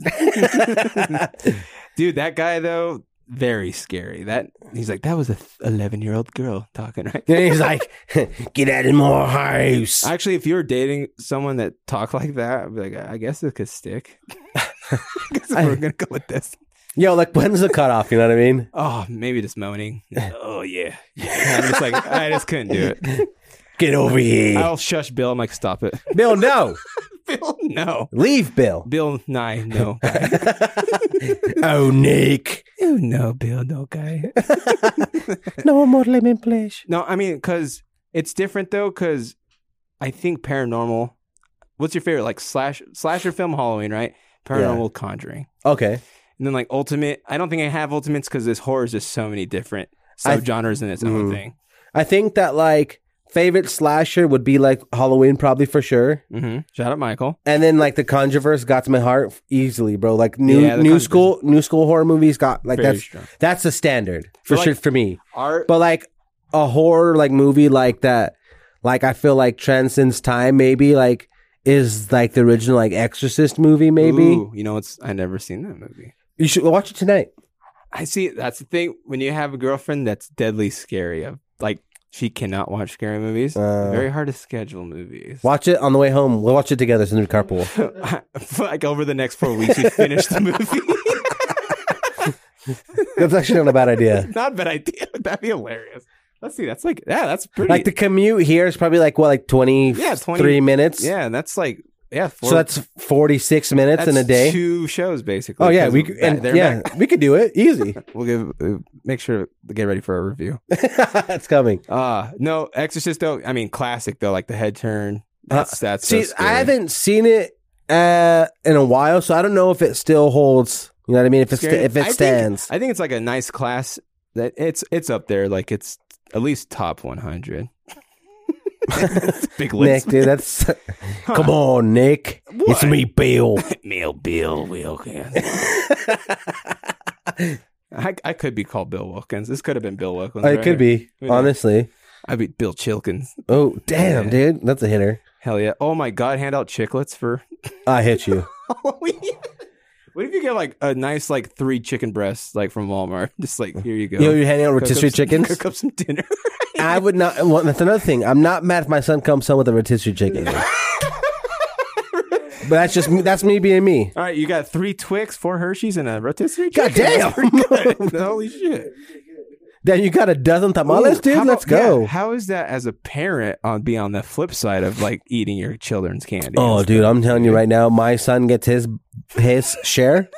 S2: Dude, that guy though, very scary. That he's like that was a eleven year old girl talking right.
S1: and he's like, "Get out of my house."
S2: Actually, if you were dating someone that talked like that, I'd be like, I guess it could stick. Because we're gonna go with this.
S1: Yo, like when's the cutoff? You know what I mean?
S2: Oh, maybe just moaning. oh yeah. I'm just like I just couldn't do it.
S1: Get over here,
S2: I'll shush Bill. I'm like, stop it.
S1: Bill. No,
S2: Bill, no.
S1: leave, Bill.
S2: Bill Nye, no. guy.
S1: oh, Nick.
S2: oh no, Bill, no guy.
S1: No more lemon, please.
S2: No, I mean, cause it's different though, cause I think paranormal. What's your favorite like slash slasher film Halloween, right? Paranormal Conjuring,
S1: Okay.
S2: and then like Ultimate. I don't think I have Ultimates because this horror is just so many different
S1: I-
S2: subgenres in its own
S1: Mm.
S2: thing.
S1: I think that like favorite slasher would be like Halloween probably for sure.
S2: hmm Shout out Michael.
S1: And then like the Conjureverse got to my heart easily, bro. Like new
S2: Yeah, The
S1: new
S2: Conjureverse.
S1: school new school horror movies got like
S2: Very
S1: that's
S2: strong.
S1: that's the standard for
S2: But, like-
S1: sure for me.
S2: Art.
S1: But like a horror like movie like that, like I feel like transcends time maybe like is like the original like Exorcist movie maybe.
S2: Ooh, you know, it's I never seen that movie.
S1: You should watch it tonight.
S2: I see. That's the thing when you have a girlfriend that's deadly scary. Of like she cannot watch scary movies.
S1: Uh.
S2: Very hard to schedule movies.
S1: Watch it on the way home. We'll watch it together since we carpool.
S2: like over the next four weeks, we finish the movie.
S1: That's actually not a bad idea.
S2: Not a bad idea. That'd be hilarious. Let's see. That's like yeah. That's pretty.
S1: Like the commute here is probably like what, like twenty
S2: Yeah, 20
S1: three minutes.
S2: yeah. That's like yeah. Four,
S1: so that's forty six minutes in a
S2: that's
S1: day.
S2: Two shows basically.
S1: oh yeah,
S2: 'cause
S1: we
S2: of
S1: could-
S2: that.
S1: and
S2: They're
S1: yeah,
S2: back.
S1: we could do it easy.
S2: We'll give. Uh, make sure to get ready for a review.
S1: it's coming.
S2: Uh no. Exorcist though. I mean, classic though. Like the head turn. That's that's. so
S1: Uh, See,
S2: scary.
S1: I haven't seen it uh, in a while, so I don't know if it still holds. You know what I mean? If it's
S2: Scary.
S1: if
S2: I
S1: it
S2: think-
S1: stands,
S2: I think it's like a nice class. That it's it's up there. Like it's at least top one hundred. Big
S1: Nick,
S2: list.
S1: dude, that's come on, Nick. It's
S2: What?
S1: me, Bill.
S2: Male Bill Wilkins. I, I could be called Bill Wilkins. This could have been Bill Wilkins.
S1: Oh, it
S2: right?
S1: could be
S2: Who knows?
S1: honestly.
S2: I'd be Bill Chilkins.
S1: Oh damn, dude, that's a hitter.
S2: Hell yeah. Oh my God, hand out chiclets for
S1: I hit you.
S2: Halloween. what if you get like a nice like three chicken breasts like from Walmart? Just like here you go.
S1: You know, you're handing out
S2: Cook up
S1: rotisserie
S2: some-
S1: chickens.
S2: Cook up some dinner.
S1: I would not. Well, that's another thing. I'm not mad if my son comes home with a rotisserie chicken. but that's just me, that's me being me.
S2: All right, you got three Twix, four Hershey's, and a rotisserie
S1: God
S2: chicken. That's
S1: damn.
S2: pretty good. Holy shit.
S1: Then you got a dozen tamales,
S2: Ooh,
S1: dude.
S2: how about-
S1: Let's go.
S2: yeah, how is that as a parent on be on the flip side of like eating your children's candy?
S1: oh, dude, I'm telling you right now, my son gets his his share.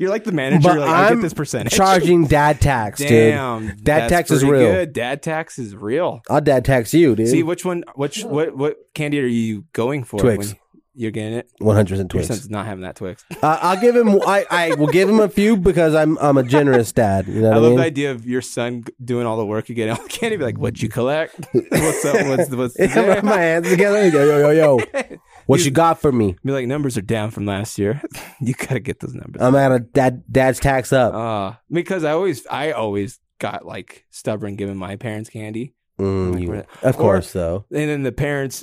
S2: You're like the manager.
S1: But
S2: You're like, I
S1: I'm
S2: get this percentage.
S1: Charging dad tax,
S2: Damn,
S1: dude. Dad
S2: that's
S1: tax is
S2: pretty
S1: real.
S2: Good. Dad tax is real.
S1: I'll dad tax you, dude.
S2: See which one, which what what candy are you going for?
S1: Twix.
S2: you're getting it.
S1: 100%
S2: Your
S1: Twix.
S2: son's not having that Twix.
S1: Uh, I'll give him. I, I will give him a few because I'm I'm a generous dad. You know
S2: I
S1: what I,
S2: love the
S1: mean?
S2: idea of your son g- doing all the work. You get all the candy. Be like, what'd you collect? What's up? What's what's?
S1: I rub my hands together. Yo yo yo yo. What you got for me?
S2: Be like, numbers are down from last year. you gotta get those numbers.
S1: I'm out of dad dad's tax up.
S2: Uh, because I always, I always got like stubborn giving my parents candy,
S1: Mm,
S2: Like,
S1: you-
S2: we're-
S1: of
S2: or-
S1: course, though.
S2: and then the parents.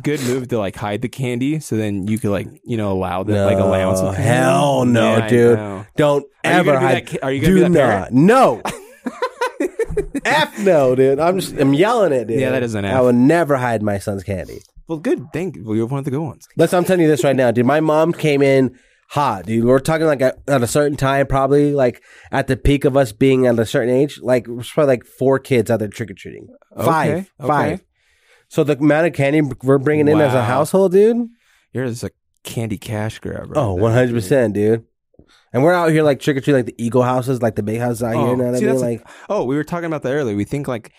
S2: Good move to like hide the candy, so then you could like you know allow them like allowance.
S1: No, hell no,
S2: Yeah, I
S1: dude.
S2: know.
S1: Don't
S2: Are you
S1: ever
S2: gonna be
S1: hide.
S2: that ki- are you gonna
S1: Do
S2: be that
S1: not.
S2: parent?
S1: No. F no, dude. I'm just I'm yelling it, dude.
S2: Yeah, that is an F.
S1: I will never hide my son's candy.
S2: Well, good. Thank you. You're one of the good ones.
S1: Listen, I'm telling you this right now, dude. My mom came in hot, dude. We're talking like at, at a certain time, probably like at the peak of us being at a certain age, like it was probably like four kids out there trick or treating. Five,
S2: Okay, okay.
S1: five. So the amount of candy we're bringing in as a
S2: Wow.
S1: household, dude.
S2: You're just a candy cash grab, right?
S1: Oh, 100 percent, dude. And we're out here like trick or treating, like the eagle houses, like the big houses out
S2: Oh,
S1: here. Now that
S2: see,
S1: I mean,
S2: that's a-
S1: like
S2: Oh, we were talking about that earlier. We think like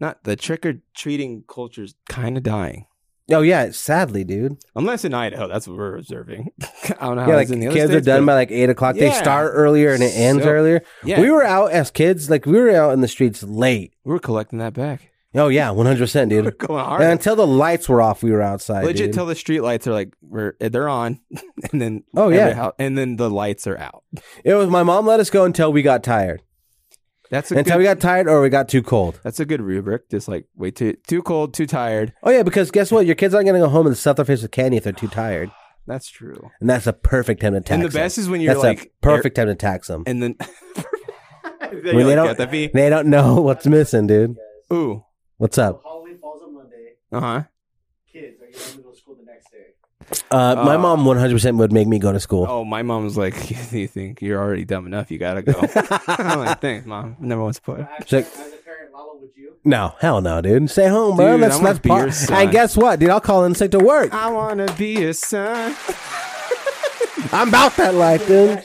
S2: not the trick or treating culture's kind of dying.
S1: oh yeah, sadly, dude.
S2: Unless in Idaho, that's what we're observing. I don't know how
S1: yeah, like
S2: it's Oh, in the
S1: kids
S2: other
S1: are
S2: states,
S1: done by
S2: but-
S1: like eight o'clock. They
S2: Yeah.
S1: start earlier and it ends
S2: So-
S1: earlier.
S2: yeah,
S1: We were out as kids, like we were out in the streets late.
S2: we were collecting that back.
S1: Oh yeah, one hundred percent,
S2: We're
S1: dude.
S2: going hard.
S1: And until the lights were off, we were outside.
S2: Legit,
S1: dude.
S2: till the street lights are like we're they're on, and then
S1: Oh,
S2: every
S1: yeah.
S2: hou- and then the lights are out.
S1: it was my mom let us go until we got tired.
S2: That's a
S1: Until
S2: good,
S1: we got tired or we got too cold.
S2: that's a good rubric. Just like wait too too cold, too tired.
S1: Oh yeah, because guess what? Your kids aren't gonna go home and stuff their face with candy if they're too tired,
S2: That's true.
S1: and that's a perfect time to tax.
S2: and the
S1: them.
S2: best is when you're
S1: that's
S2: like
S1: a perfect time to tax them.
S2: air- and then
S1: When they don't-
S2: got the V.
S1: They don't know what's missing, dude.
S2: Ooh,
S1: What's up?
S3: Halloween falls on Monday.
S2: uh huh.
S3: Kids, are you going to go to school the next day?
S1: Uh, my
S2: Uh,
S1: mom one hundred percent would make me go to school.
S2: Oh, my mom's like, you think you're already dumb enough? You gotta go. I'm like, thanks, mom. Never once put.
S3: But as,
S1: Check.
S3: as a parent, Lala, would you?
S1: No, hell no, dude. Stay home, bro.
S2: Dude, I
S1: let's
S2: wanna
S1: let's
S2: be your
S1: par-
S2: son.
S1: And guess what, dude? I'll call in sick to work.
S2: I wanna be your son.
S1: I'm about that life, dude.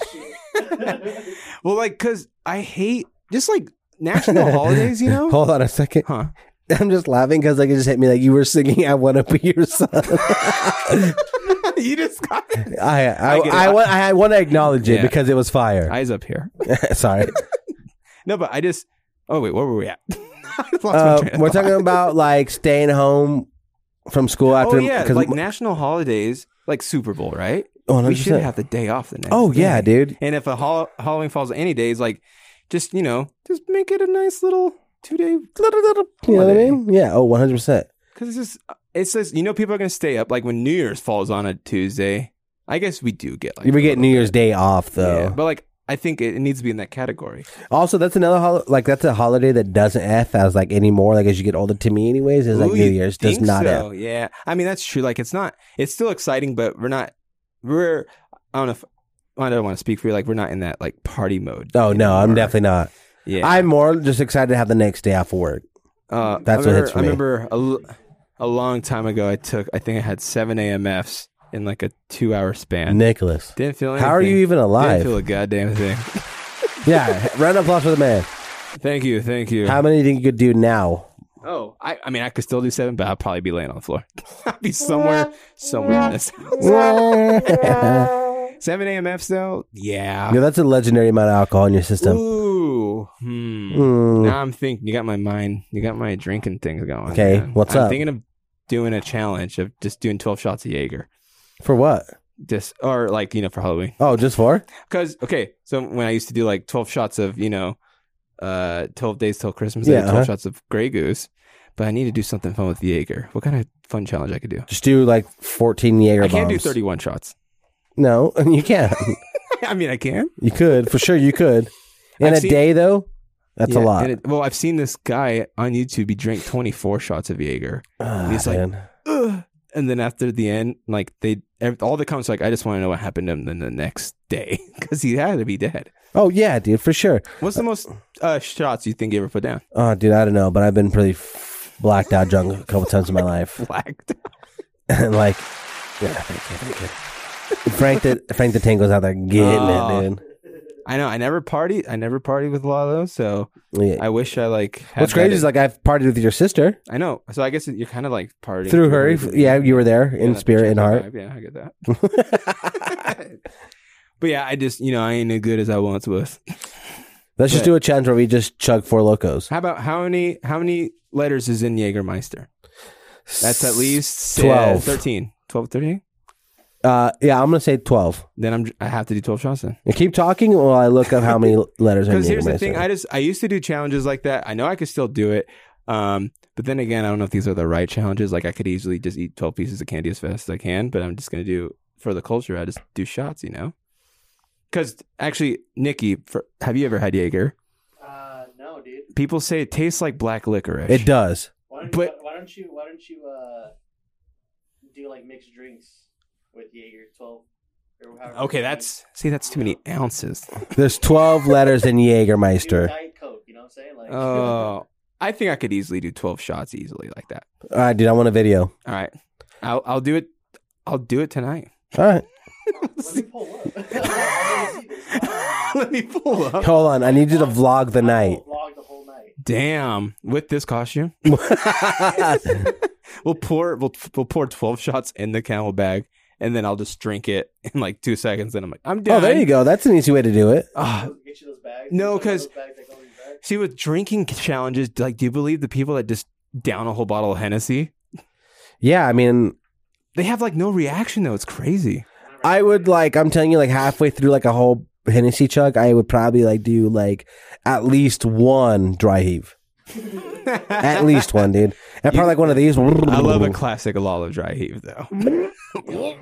S2: Well, like, cause I hate just like national holidays. You know?
S1: Hold on a second.
S2: Huh.
S1: I'm just laughing because like it just hit me like you were singing "I Want to Be Your Son."
S2: you just got
S1: I I
S2: I
S1: I,
S2: get it.
S1: want I want to acknowledge it
S2: Yeah.
S1: because it was fire.
S2: eyes up here.
S1: Sorry,
S2: No, but I just. Oh wait, where were we at? I lost my
S1: uh,
S2: train of
S1: we're
S2: thought.
S1: talking about like staying home from school after.
S2: Oh yeah,
S1: 'cause-
S2: like national holidays, like Super Bowl, right?
S1: 100%.
S2: We should have the day off the next.
S1: Oh yeah,
S2: day.
S1: dude.
S2: And if a hol- Halloween falls on any days, like just you know, just make it a nice little two day little little.
S1: You know what I mean? Yeah. Oh, 100. percent
S2: Because it's just it's just you know people are gonna stay up. Like when New Year's falls on a Tuesday, I guess we do get like
S1: We
S2: a
S1: get
S2: little
S1: New
S2: bit.
S1: Year's Day off though.
S2: Yeah, but like I think it, it needs to be in that category.
S1: Also, that's another hol- like that's a holiday that doesn't f as like anymore. Like as you get older, to me, anyways, is like
S2: Ooh,
S1: New
S2: you
S1: Year's does
S2: think
S1: not uh, f.
S2: so. Yeah, I mean that's true. Like it's not. It's still exciting, but we're not. We're. I don't know. If, I don't want to speak for you. Like we're not in that like party mode.
S1: Oh no, I'm
S2: anymore.
S1: definitely not.
S2: Yeah.
S1: I'm more just excited to have the next day off of work.
S2: uh,
S1: that's
S2: I remember,
S1: what hits for
S2: I
S1: me.
S2: remember a, l- a long time ago. I took. I think I had seven AMFs in like a two-hour span.
S1: Nicholas,
S2: Didn't feel. Anything.
S1: how are you even
S2: Didn't
S1: alive?
S2: feel a goddamn thing.
S1: yeah, round of applause for the man.
S2: thank you. Thank you.
S1: How many do you think you could do now?
S2: oh, I, I mean, I could still do seven, but I'll probably be laying on the floor. I'll be somewhere, somewhere in this house.
S1: yeah,
S2: seven AMFs though. Yeah.
S1: that's a legendary amount of alcohol in your system.
S2: Ooh. Hmm.
S1: Mm.
S2: Now I'm thinking. You got my mind. You got my drinking things going.
S1: Okay,
S2: man.
S1: what's
S2: I'm
S1: up?
S2: thinking of doing a challenge of just doing 12 shots of Jaeger.
S1: For what?
S2: Just or like you know for Halloween.
S1: Oh, just for?
S2: Because okay, so when I used to do like 12 shots of you know, uh, 12 days till Christmas. I
S1: Yeah,
S2: did 12
S1: uh-huh.
S2: shots of Grey Goose. But I need to do something fun with Jaeger. What kind of fun challenge I could do?
S1: Just do like 14 Jaeger
S2: I can't do
S1: bombs.
S2: 31 shots.
S1: No, you can't.
S2: I mean, I can.
S1: You could for sure. You could in
S2: I've
S1: a
S2: seen-
S1: day though. That's
S2: Yeah,
S1: a lot.
S2: and it- well, I've seen this guy on YouTube. He drank 24 shots of Jaeger.
S1: Ah,
S2: he's like,
S1: man.
S2: "Ugh." and then after the end, like they ev- all the comments, like I just want to know what happened to him then the next day because he had to be dead.
S1: oh yeah, dude, for sure.
S2: What's the most uh, shots you think you ever put down?
S1: Oh, dude, I don't know, but I've been pretty f- blacked out drunk a couple times in my life,
S2: Blacked.
S1: and like, yeah, thank you, thank you. Frank the Frank the Tango's out there getting
S2: Oh.
S1: it, dude.
S2: I know. I never party. I never party with Lalo. So
S1: Yeah.
S2: I wish I like. had
S1: What's crazy
S2: that-
S1: is like I've partied with your sister
S2: I know. So I guess you're kind of like partying
S1: through her. Yeah, you were there
S2: Yeah,
S1: in
S2: that
S1: spirit and
S2: checks
S1: heart.
S2: out. Yeah, I get that. but yeah, I just you know I ain't as good as I once was.
S1: Let's just
S2: Right.
S1: do a challenge where we just chug four locos.
S2: How about how many how many letters is in Jägermeister? That's at least uh,
S1: 12.
S2: 13. 12, 13?
S1: Uh, yeah, I'm gonna say twelve.
S2: Then I'm I have to do 12 shots then.
S1: And keep talking while I look up how many letters are in
S2: Because
S1: the
S2: here's the
S1: Jägermeister.
S2: thing, I just I used to do challenges like that. I know I could still do it. Um, but then again, I don't know if these are the right challenges. Like I could easily just eat 12 pieces of candy as fast as I can, but I'm just gonna do for the culture, I just do shots, you know? Cause actually, Nikki, for, have you ever had Jaeger?
S3: Uh, no, dude.
S2: People say it tastes like black licorice.
S1: It does.
S3: Why don't,
S2: But-
S3: why don't you? Why don't you? Uh, do like mixed drinks with Jaeger twelve Or however
S2: Okay,
S3: many-
S2: that's see, that's too many ounces.
S1: There's 12 letters in
S3: Dude,
S1: Jägermeister.
S3: Diet Coke, you know what I'm saying? Like,
S2: Oh, I think I could easily do twelve shots easily like that.
S1: All right, dude, I want a video.
S2: All right, I'll I'll do it. I'll do it tonight.
S1: All right,
S3: let me pull up. I wanna see this.
S2: Let me pull up.
S1: hold on. I need you to vlog the night.
S3: I will Vlog the whole night.
S2: Damn, with this costume, we'll pour we'll we'll pour twelve shots in the camel bag, and then I'll just drink it in like two seconds. And I'm like, I'm done.
S1: Oh, there you go. That's an easy way to do it.
S2: Ah,
S3: Get you those bags.
S2: No,
S3: Those
S2: 'cause-
S3: bags that go in your bag.
S2: see, with drinking challenges, like, do you believe the people that just down a whole bottle of Hennessy?
S1: Yeah, I mean,
S2: They have like no reaction though. It's crazy.
S1: I would like. I'm telling you, like halfway through, like a whole Hennessy chug, I would probably like do like at least one dry heave, at least one, dude, and probably like one of these.
S2: I love a classic Lala dry heave though.
S3: Yeah,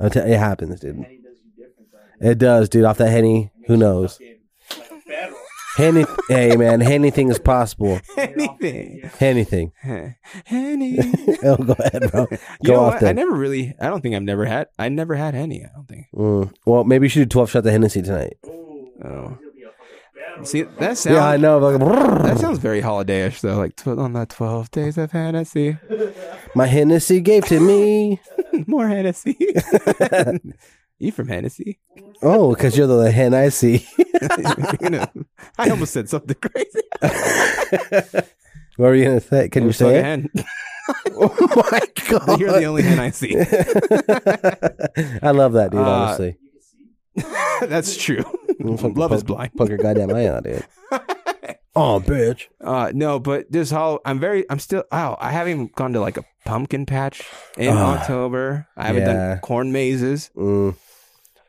S1: I'm tell- it happens, dude.
S3: Penny does you different, bro. It
S1: It does, dude. Off that henny,
S3: makes
S1: who
S3: you
S1: knows?
S3: fucking Like a barrel.
S1: Henny, hey man, anything is possible.
S2: Anything.
S1: Anything.
S2: Henny.
S1: Oh, go ahead, bro.
S2: you know
S1: off
S2: what?
S1: then.
S2: I never really. I don't think I've never had. I never had Henny. I don't think.
S1: Mm. Well, maybe you should do 12 shots of Hennessy tonight.
S3: Ooh,
S2: Oh.
S3: it'll be a fucking barrel.
S2: See, that sounds.
S1: Yeah, I know. but Like,
S2: That sounds very holidayish though. Like tw- on the twelve days of Hennessy,
S1: my Hennessy gave to me.
S2: more Hennessy. you from Hennessy?
S1: Oh, because you're the hen I see.
S2: You know, I almost said something crazy.
S1: What were you gonna say? Can you
S2: You're still
S1: say
S2: a
S1: it?
S2: hen.
S1: Oh my god!
S2: You're the only hen I see.
S1: I love that dude.
S2: Uh,
S1: honestly,
S3: You can see.
S2: That's true.
S1: fucking
S2: Love is
S1: poke-
S2: blind.
S1: poke your goddamn eye out, dude. oh, bitch!
S2: Uh, no, but this whole I'm very I'm still oh I haven't gone to like a pumpkin patch in
S1: Ah.
S2: October. I haven't
S1: Yeah.
S2: done corn mazes.
S1: Mm.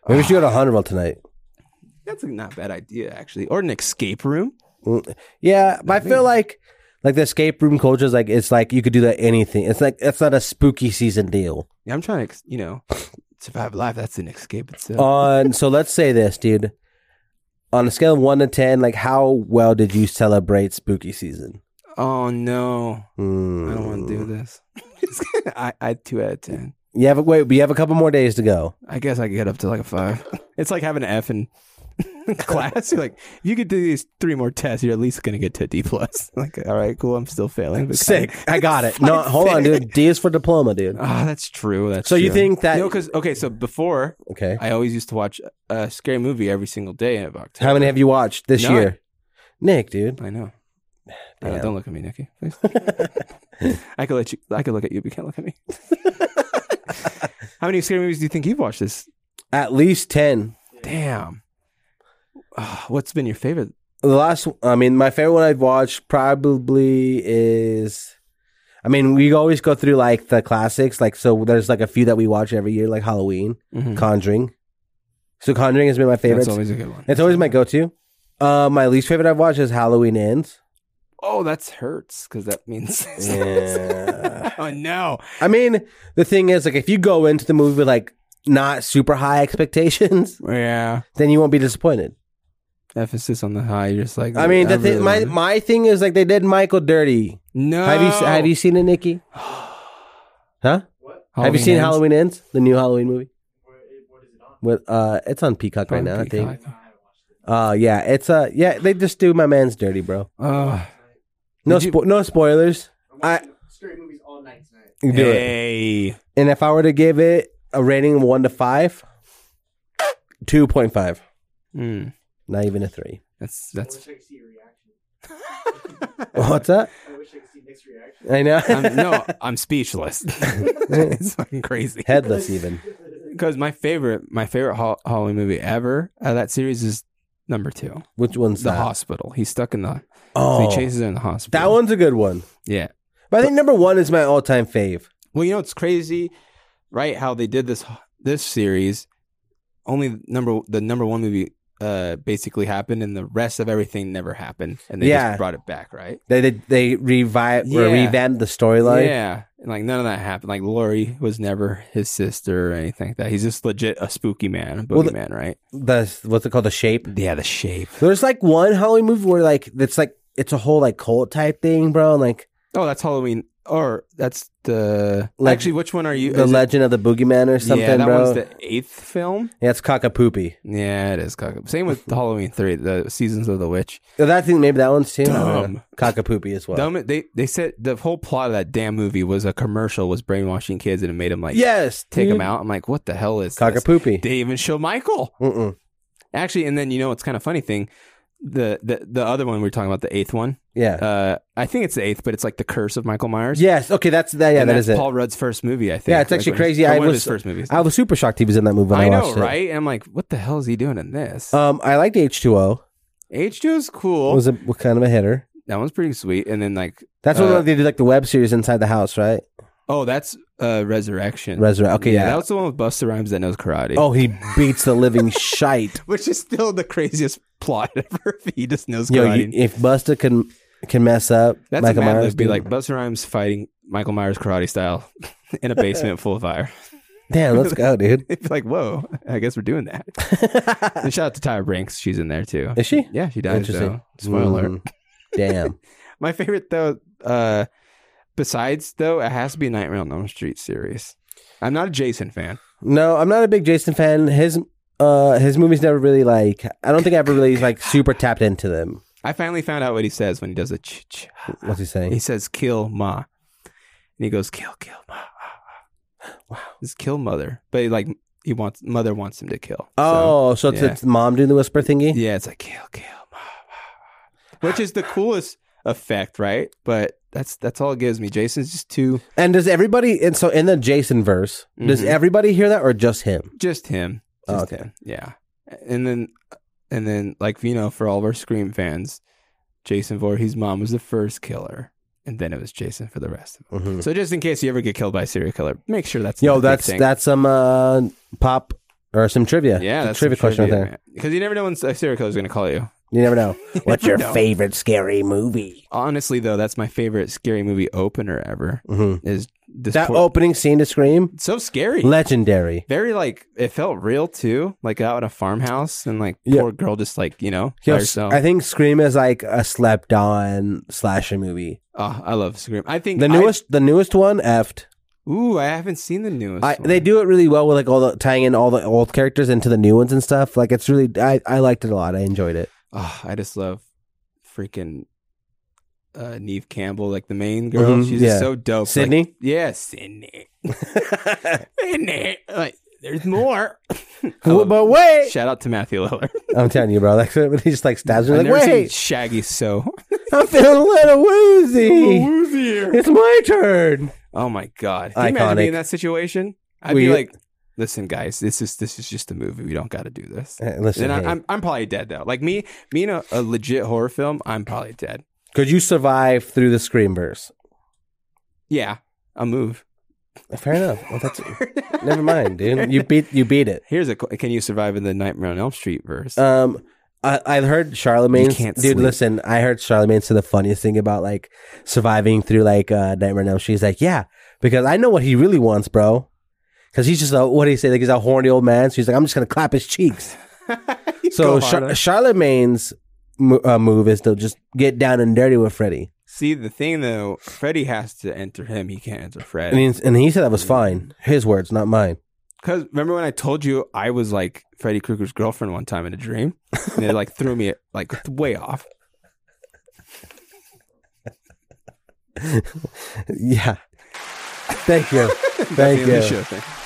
S1: Maybe we should go to Honorable tonight.
S2: That's not a bad idea actually, or an escape room.
S1: Mm. Yeah, but I feel like like the escape room culture is like it's like you could do that anything. It's like it's not a spooky season deal.
S2: Yeah, I'm trying to you know survive life. That's an escape itself.
S1: on so let's say this, dude. On a scale of one to ten, like how well did you celebrate spooky season?
S2: oh no,
S1: Mm.
S2: I don't want to do this. I I two out of ten.
S1: You have a, wait, but you have a couple more days to go.
S2: I guess I could get up to like a five. It's like having an F in class. You're like, if you could do these three more tests, you're at least gonna get to a D plus. Like, all right, cool. I'm still failing. but
S1: Sick.
S2: kinda-
S1: I got it. No, hold on, dude. D is for diploma, dude.
S2: Ah, that's true. That's
S1: So you
S2: true.
S1: think that-
S2: no? Because okay, so before
S1: Okay.
S2: I always used to watch a scary movie every single day of October.
S1: How many have you watched this
S2: None.
S1: year? Nick, dude.
S2: I know. I know.
S1: Damn.
S2: don't look at me, Nikki. Please. I could let you. I could look at you, but you can't look at me. How many scary movies do you think you've watched this?
S1: At least ten.
S2: Damn. Ah, what's been your favorite?
S1: The last I mean, my favorite one I've watched probably is I mean, we always go through like the classics, like so there's like a few that we watch every year, like Halloween,
S2: Mhm.
S1: Conjuring. So Conjuring has been my favorite.
S2: That's always a good one.
S1: It's always my go-to. Uh, my least favorite I've watched is Halloween Ends.
S2: Oh, that's hurts because that means.
S1: Yeah.
S2: oh no!
S1: I mean, the thing is, like, if you go into the movie with like not super high expectations,
S2: Yeah.
S1: then you won't be disappointed.
S2: Emphasis on the high. You're just like.
S1: I mean, the
S2: really
S1: thi- my
S2: wanted-
S1: my thing is like they did Michael dirty.
S2: no.
S1: Have you have you seen it, Nikki? Huh?
S3: What?
S1: have you seen
S2: Ends?
S1: Halloween Ends, the new Halloween movie?
S3: Where, what is it on?
S1: With uh, it's on Peacock right
S2: On
S1: now. I
S2: Peacock.
S1: think.
S3: No, I haven't
S1: Uh,
S3: watched it.
S1: yeah, it's uh, yeah, they just do my man's dirty, bro.
S2: Oh,
S1: No,
S2: Did you-
S1: spo- no spoilers.
S3: I'm
S1: I-
S3: watching scary movies all night tonight.
S1: You do it.
S2: Eh. hey.
S1: And if I were to give it a rating of one to five, two point five.
S2: Mm,
S1: Not even a three.
S2: that's
S3: I
S2: that's.
S3: wish I could see your reaction.
S1: What's that?
S3: I wish I could see Nick's reaction.
S1: I know.
S2: I'm, Um, no, I'm speechless. it's fucking crazy.
S1: Headless even.
S2: Because my favorite, my favorite Hall- Halloween movie ever out of that series is number two,
S1: Which one's
S2: The
S1: that?
S2: Hospital. He's stuck in the. so
S1: Oh,
S2: he chases her in the hospital.
S1: that one's a good one.
S2: Yeah.
S1: But I think number one is my all-time fave.
S2: Well, you know it's crazy, right? How they did this this series. Only number the number one movie uh basically happened, and the rest of everything never happened, and they
S1: Yeah.
S2: just brought it back, right?
S1: They did they revive or
S2: Yeah.
S1: revamped the storyline.
S2: Yeah, and like none of that happened. Like Lori was never his sister or anything like that. He's just legit a spooky man, a
S1: Well, the-
S2: boogeyman, right?
S1: The what's it called? The shape.
S2: Yeah, the shape.
S1: There's like one Halloween movie where like it's like it's a whole like cult type thing, bro. And like
S2: Oh, that's Halloween. or that's the
S1: Like,
S2: actually which one are you?
S1: the
S2: is it-
S1: Legend of the Boogeyman or something,
S2: yeah, that
S1: bro.
S2: one's the eighth film.
S1: yeah, it's Cockapoopy.
S2: Yeah, it is. Cock- Same with Halloween three, the Seasons of the Witch.
S1: So that thing, maybe that one's too.
S2: Dumb.
S1: Cockapoopy as well.
S2: Dumb. They they said the whole plot of that damn movie was a commercial was brainwashing kids and it made them like
S1: yes,
S2: take
S1: dude.
S2: them out. I'm like, what the hell is this?
S1: Cockapoopy.
S2: They even show Michael.
S1: Mm-mm.
S2: Actually, and then you know what's kind of funny thing, the the the other one we were talking about, the eighth one.
S1: Yeah.
S2: Uh, I think it's the eighth, but it's like the Curse of Michael Myers.
S1: yes. Okay. That's that. Yeah,
S2: And
S1: that
S2: that's
S1: is it.
S2: Paul Rudd's first movie. I think.
S1: Yeah, it's
S2: Like,
S1: actually
S2: when-
S1: crazy.
S2: or
S1: I
S2: one of
S1: was-
S2: his first movies.
S1: I was super shocked he was in that movie when I,
S2: I know,
S1: watched it.
S2: right? And I'm like, what the hell is he doing in this?
S1: Um, I liked H two O.
S2: H two is cool.
S1: Was a was kind of a hitter.
S2: that one's pretty sweet. And then like,
S1: That's
S2: Uh,
S1: when they did like the web series inside the house, right?
S2: oh, that's uh, Resurrection.
S1: Resurrect. Okay, yeah.
S2: that was the one with Buster Rhymes that knows karate.
S1: oh, he beats the living shite.
S2: which is still the craziest plot ever. he just knows
S1: Yo,
S2: karate.
S1: you, if Busta can can mess up,
S2: that's
S1: Michael
S2: a mad
S1: Myers
S2: lib. Be
S1: dude.
S2: like Buster Rhymes fighting Michael Myers karate style in a basement full of fire.
S1: damn, let's go, dude.
S2: It'd be like, whoa, I guess we're doing that. And shout out to Tyra Brinks. She's in there too.
S1: Ah. Is she?
S2: Yeah, she dies.
S1: Interesting.
S2: Though. Spoiler alert.
S1: Mm, Damn.
S2: My favorite though, uh, besides though, it has to be Nightmare on Elm Street series. I'm not a Jason fan.
S1: No, I'm not a big Jason fan. His uh his movies never really like. I don't think I ever really like super tapped into them.
S2: I finally found out what he says when he does a ch ch.
S1: What's he
S2: He
S1: saying?
S2: says "kill ma," and he goes "kill kill ma." Wow, it's kill mother, but he, like he wants mother wants him to kill. So,
S1: Oh, so it's,
S2: yeah.
S1: it's mom doing the whisper thingy.
S2: yeah, it's like kill kill ma, ma, ma," which is the coolest effect, right? But that's that's all it gives me. Jason's just too
S1: And does everybody? And so in the Jason verse, does
S2: Mhm.
S1: everybody hear that or just him?
S2: just him.
S1: Oh,
S2: Just
S1: okay.
S2: him. Yeah. And then and then like you know, for all of our Scream fans, Jason Voorhees' mom was the first killer. And then it was Jason for the rest of them.
S1: Mhm.
S2: So just in case you ever get killed by a serial killer, make sure that's Mm-hmm. not
S1: Yo,
S2: a big
S1: that's
S2: thing.
S1: that's some uh, pop or some trivia.
S2: yeah,
S1: Some
S2: that's
S1: trivia question right there.
S2: Because you never know when a serial killer is going to call you.
S1: You never know. What's
S2: never
S1: your
S2: know.
S1: favorite scary movie?
S2: Honestly, though, that's my favorite scary movie opener ever.
S1: hmm
S2: Is this
S1: That
S2: Mm-hmm. poor-
S1: opening scene to Scream,
S2: so scary?
S1: legendary.
S2: Very like it felt real too, like out in a farmhouse and like
S1: Yeah.
S2: poor girl just like you know
S1: Yo,
S2: by
S1: s-
S2: herself.
S1: I think Scream is like a slept on slasher movie.
S2: oh, I love Scream. I think
S1: The
S2: I-
S1: newest, the newest one, effed.
S2: Ooh, I haven't seen the newest.
S1: I,
S2: one.
S1: they do it really well with like all the tying in all the old characters into the new ones and stuff. Like it's really, I, I liked it a lot. I enjoyed it.
S2: Ah, I just love freaking uh, Neve Campbell, like the main girl.
S1: Mhm,
S2: She's
S1: yeah.
S2: just so dope. Like,
S1: Sydney,
S2: yeah, Sydney. Sydney. Like, there's more. I
S1: Well,
S2: love-
S1: but wait,
S2: Shout out to Matthew Lillard.
S1: Oh, I'm telling you, bro. Like he just like stabs her.
S2: I've
S1: Like
S2: never seen
S1: wait,
S2: Shaggy so
S1: I'm feeling a little woozy.
S2: woozier.
S1: It's my turn.
S2: Oh my god! Can you imagine
S1: Iconic.
S2: being in that situation? I'd be
S1: We-
S2: like, "Listen, guys, this is this is just a movie. We don't got to do this."
S1: Uh, listen,
S2: And I,
S1: hey,
S2: I'm I'm probably dead though. Like me, me in a, a legit horror film, I'm probably dead.
S1: could you survive through the Scream verse?
S2: Yeah, I'll move.
S1: Fair enough. Well, that's never mind, dude. You beat you beat it.
S2: Here's a qu- can you survive in the Nightmare on Elm Street verse?
S1: Um, I, I heard Charlemagne.
S2: You can't
S1: Dude,
S2: sleep.
S1: listen, I heard Charlemagne say the funniest thing about like surviving through like uh, Nightmare on Elm Street. He's like, yeah, because I know what he really wants, bro. Because he's just a what do you say? Like he's a horny old man. So he's like, I'm just gonna clap his cheeks. So
S2: Go
S1: Char-
S2: harder.
S1: Charlemagne's mo- uh, move is to just get down and dirty with Freddy,
S2: see the thing though, Freddy has to enter him. He can't enter Fred.
S1: and he, and he said that was fine. His words, not mine.
S2: Because remember when I told you I was like Freddy Krueger's girlfriend one time in a dream, and it like threw me like way off.
S1: Yeah. Thank you. Thank
S2: Definitely
S1: you.
S2: should have.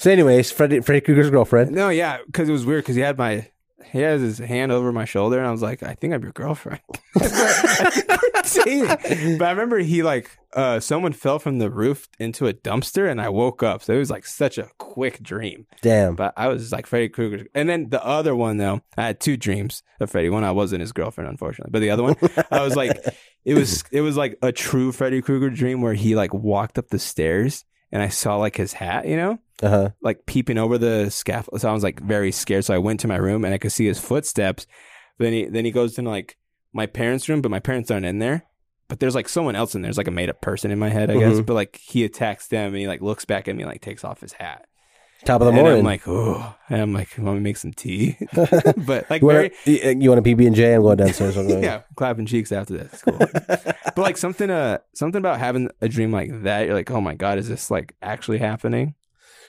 S1: So, anyways, Freddy, Freddy Krueger's girlfriend.
S2: No, yeah, because it was weird because he had my he has his hand over my shoulder, and I was like, I think I'm your girlfriend. but I remember he like uh someone fell from the roof into a dumpster, and I woke up. So it was like such a quick dream.
S1: Damn.
S2: But I was like Freddy Krueger. And then the other one though, I had two dreams of Freddy. One I wasn't his girlfriend, unfortunately. But the other one, I was like it was it was like a true Freddy Krueger dream where he like walked up the stairs and I saw like his hat, you know?
S1: Uh huh.
S2: like peeping over the scaffold. So I was like very scared. So I went to my room and I could see his footsteps. Then he then he goes into like my parents' room, but my parents aren't in there. But there's like someone else in there. It's like a made up person in my head, I guess. But like he attacks them and he like looks back at me and like takes off his hat.
S1: Top of the
S2: and
S1: morning.
S2: I'm like, oh, and I'm like, want me to make some tea? but like,
S1: you
S2: very,
S1: want a, you want a PB and J? I'm going downstairs. I'm going-
S2: yeah, clapping cheeks after this. Cool. but like something, uh, something about having a dream like that. You're like, oh my god, is this like actually happening?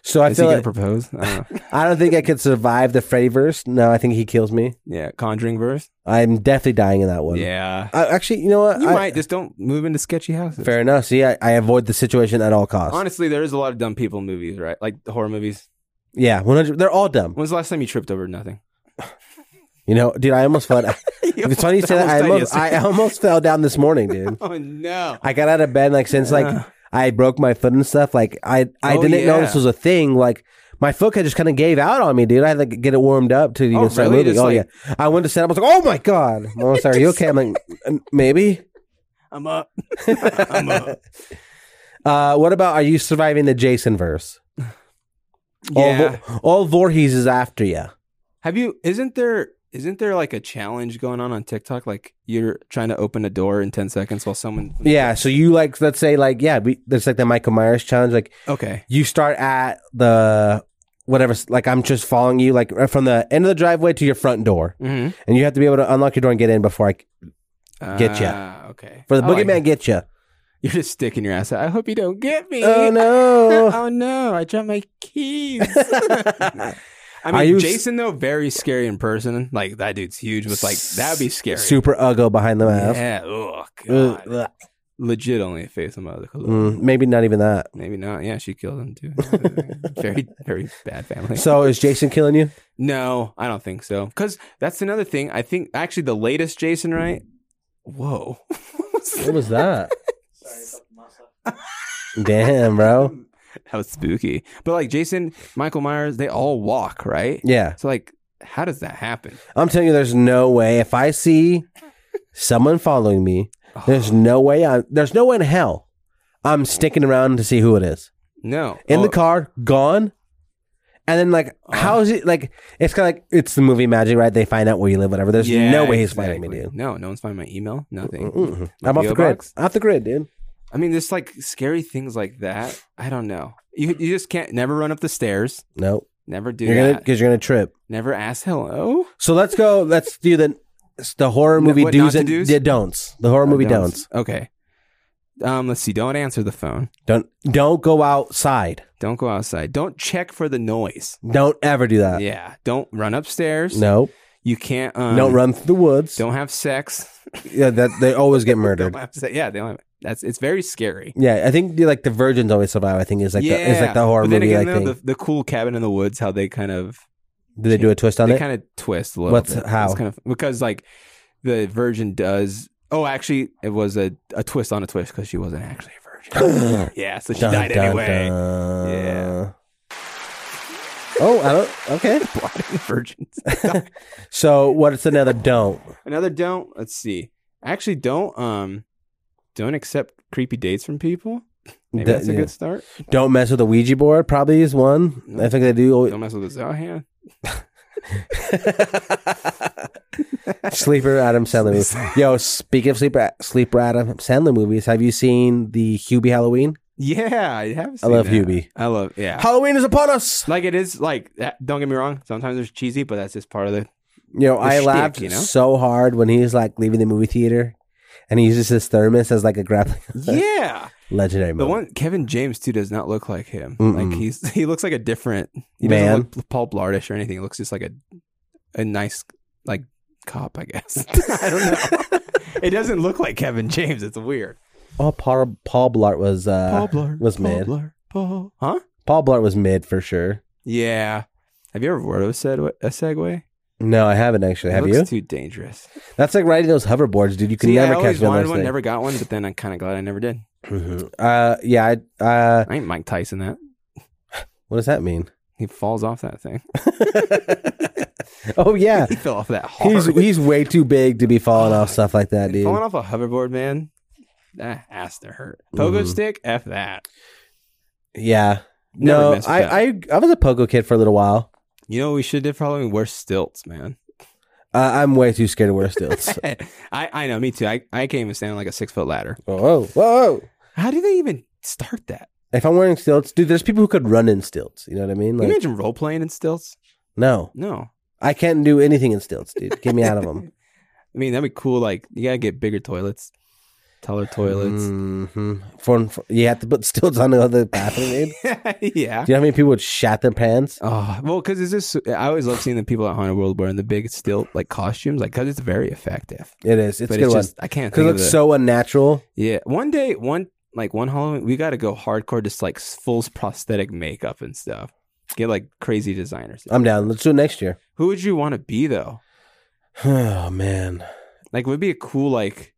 S1: So I
S2: is he
S1: feel
S2: gonna
S1: like,
S2: propose? I don't know.
S1: I don't think I could survive the Freddyverse. No, I think he kills me.
S2: yeah, conjuring verse.
S1: I'm definitely dying in that one.
S2: Yeah,
S1: I, actually, you know what?
S2: you
S1: I-
S2: might just don't move into sketchy houses.
S1: Fair enough. See, I, I avoid the situation at all costs.
S2: Honestly, there is a lot of dumb people in movies, right? Like the horror movies.
S1: yeah, 100. They're all dumb.
S2: When's the last time you tripped over nothing?
S1: You know, dude, I almost fell. it's funny you say that. I almost, I almost fell down this morning, dude.
S2: oh no!
S1: I got out of bed like since like
S2: Yeah.
S1: I broke my foot and stuff. Like I, I
S2: Oh,
S1: didn't know this
S2: yeah.
S1: was a thing. Like my foot had just kind of gave out on me, dude. I had to get it warmed up to even
S2: Oh,
S1: start
S2: really?
S1: moving.
S2: Just
S1: oh
S2: like-
S1: yeah, I went to set up. I was like, oh my god, my mom's like, are you okay? I'm like, "Um, maybe.
S2: I'm up. I'm
S1: uh,
S2: up.
S1: what about are you surviving the Jason verse? Oh,
S2: Yeah.
S1: All, Vo- all Voorhees is after you.
S2: Have you? Isn't there? Isn't there like a challenge going on on TikTok? Like you're trying to open a door in ten seconds while someone.
S1: Yeah, so you like let's say like yeah, we, there's like the Michael Myers challenge. Like
S2: Okay.
S1: you start at the whatever. Like I'm just following you like uh, from the end of the driveway to your front door,
S2: hmm
S1: and you have to be able to unlock your door and get in before I Get ya.
S2: Ah, okay.
S1: for the
S2: Oh, I like
S1: boogeyman
S2: it.
S1: get you.
S2: you're just sticking your ass out. I hope you don't get me.
S1: Oh no.
S2: oh no! I dropped my keys. I
S1: Are
S2: mean,
S1: you s-
S2: Jason though, very scary in person. Like that dude's huge, but like that'd be scary.
S1: Super uggo behind the mask.
S2: Yeah. Oh
S1: Ugh,
S2: god.
S1: ugh.
S2: Legit only a face on my other clothes.
S1: Mm, maybe not even that.
S2: Maybe not. Yeah, she killed him too. very, very bad family.
S1: So is Jason killing you?
S2: no, I don't think so. Because that's another thing. I think actually the latest Jason, right? Whoa.
S1: What was that?
S3: Sorry, it's up myself.
S1: Damn, bro.
S2: That was spooky. But like Jason, Michael Myers, they all walk, right?
S1: Yeah.
S2: So like, how does that happen?
S1: I'm telling you, there's no way. If I see someone following me,
S2: Oh,
S1: there's no way. I, there's no way in hell I'm sticking around to see who it is.
S2: No.
S1: In the
S2: Oh, Uh-huh.
S1: car, gone. And then, like, how is it? Like, it's kind of like it's the movie Magic, right? They find out where you live, whatever. There's
S2: yeah,
S1: no way he's finding me,
S2: exactly.
S1: dude.
S2: No, no one's finding my email. Nothing.
S1: Mm-mm.
S2: My
S1: I'm off
S2: PO
S1: the grid.
S2: box?
S1: Off the grid, dude.
S2: I mean, there's like scary things like that. I don't know. You you just can't never run up the stairs.
S1: No,
S2: Never do
S1: you're gonna
S2: that.
S1: because you're gonna trip.
S2: Never ask hello.
S1: So let's go. Let's do the the horror
S2: No,
S1: movie
S2: what not
S1: do's
S2: to
S1: and
S2: do's?
S1: the don'ts. The horror movie
S2: Oh,
S1: don'ts.
S2: Okay. Um, let's see. Don't answer the phone.
S1: Don't don't go outside.
S2: Don't go outside. Don't check for the noise.
S1: Don't ever do that.
S2: yeah. Don't run upstairs.
S1: No,
S2: You can't. Um,
S1: don't run through the woods.
S2: Don't have sex.
S1: Yeah, that they always get
S2: Don't
S1: murdered.
S2: have sex. Yeah. They don't have, that's it's very scary.
S1: Yeah, I think the, like the virgins always survive. I think is like the, is like the horror
S2: But then
S1: movie.
S2: again,
S1: like
S2: though,
S1: thing.
S2: the, the cool cabin in the woods. How they kind of
S1: do they do a twist on
S2: they
S1: it?
S2: kind of twist a little
S1: What's-
S2: bit.
S1: how?
S2: It's kind of because like the virgin does. Oh, actually, it was a, a twist on a twist because she wasn't actually a virgin. yeah, so she
S1: Dun,
S2: died
S1: dun,
S2: anyway.
S1: dun.
S2: Yeah.
S1: Oh, I don't. Okay.
S2: Plotting virgins.
S1: So what's another don't?
S2: Another don't. Let's see. Actually, don't um, don't accept creepy dates from people. Maybe
S1: That-
S2: that's a
S1: yeah.
S2: good start.
S1: Don't mess with the Ouija board. Probably is one. I think they do. always-
S2: Don't mess with the Zohan.
S1: Sleeper Adam Sandler movies. Yo, speak of sleeper sleeper Adam Sandler movies, have you seen the Hubie Halloween?
S2: Yeah, I have.
S1: I
S2: seen
S1: love
S2: that.
S1: Hubie.
S2: I love. Yeah.
S1: Halloween is upon us.
S2: like it is like that- don't get me wrong. Sometimes it's cheesy, but that's just part of the
S1: You know, I
S2: shtick,
S1: laughed
S2: you know?
S1: so hard when he was like leaving the movie theater, and he uses his thermos as like a grappling.
S2: yeah.
S1: legendary
S2: The
S1: moment.
S2: one Kevin James too does not look like him.
S1: Mm-mm.
S2: Like he's he looks like a different. He
S1: Man.
S2: doesn't look Paul Blardish or anything. He looks just like a a nice like cop, I guess. I don't know. it doesn't look like Kevin James. It's weird.
S1: Oh, Paul Paul Blart was uh, Paul,
S2: Blart
S1: was mad.
S2: Blart. Paul. Huh?
S1: Blart was mid for sure.
S2: Yeah. Have you ever word of a segue? A segue?
S1: No, I haven't actually.
S2: It
S1: Have
S2: looks
S1: you?
S2: Too dangerous.
S1: That's like riding those hoverboards, dude. You can
S2: See, I
S1: never
S2: always
S1: catch me on
S2: wanted
S1: those
S2: one,
S1: things.
S2: never got one, but then I'm kind of glad I never did.
S1: Mhm. Uh, yeah. I, uh,
S2: I ain't Mike Tyson that.
S1: what does that mean?
S2: He falls off that thing.
S1: oh yeah,
S2: he fell off that hard.
S1: he's he's way too big to be falling off stuff like that, dude.
S2: Falling off a hoverboard, man, that has to hurt. Pogo
S1: Mhm.
S2: stick, f that.
S1: Yeah.
S2: Never
S1: No,
S2: mess with
S1: I, I I was a pogo kid for a little while.
S2: You know what we should do for Halloween? Wear stilts, man.
S1: Uh, I'm way too scared to wear stilts.
S2: I I know, me too. I I can't even stand on like a six foot ladder.
S1: whoa, whoa, whoa!
S2: How do they even start that?
S1: If I'm wearing stilts, dude, there's people who could run in stilts. You know what I mean?
S2: Can you
S1: Like,
S2: imagine role playing in stilts?
S1: no,
S2: No.
S1: I can't do anything in stilts, dude. Get me out of them.
S2: I mean, that'd be cool. Like, you gotta get bigger toilets, taller toilets.
S1: hmm For, for- you have to put stilts on the other bathroom, dude.
S2: yeah.
S1: Do you know how many people would shat their pants?
S2: Oh well, because it's just I always love seeing the people at Haunted World wearing the big stilt like costumes, like because it's very effective.
S1: It is. It's a
S2: but
S1: good
S2: it's
S1: one.
S2: just I can't
S1: 'Cause it
S2: think of
S1: looks
S2: the,
S1: so unnatural.
S2: Yeah, one day, one like one Halloween, we got to go hardcore, just like full prosthetic makeup and stuff. Get like crazy designers.
S1: I'm down. Let's do it next year.
S2: Who would you want to be though?
S1: Oh man.
S2: Like, would be a cool like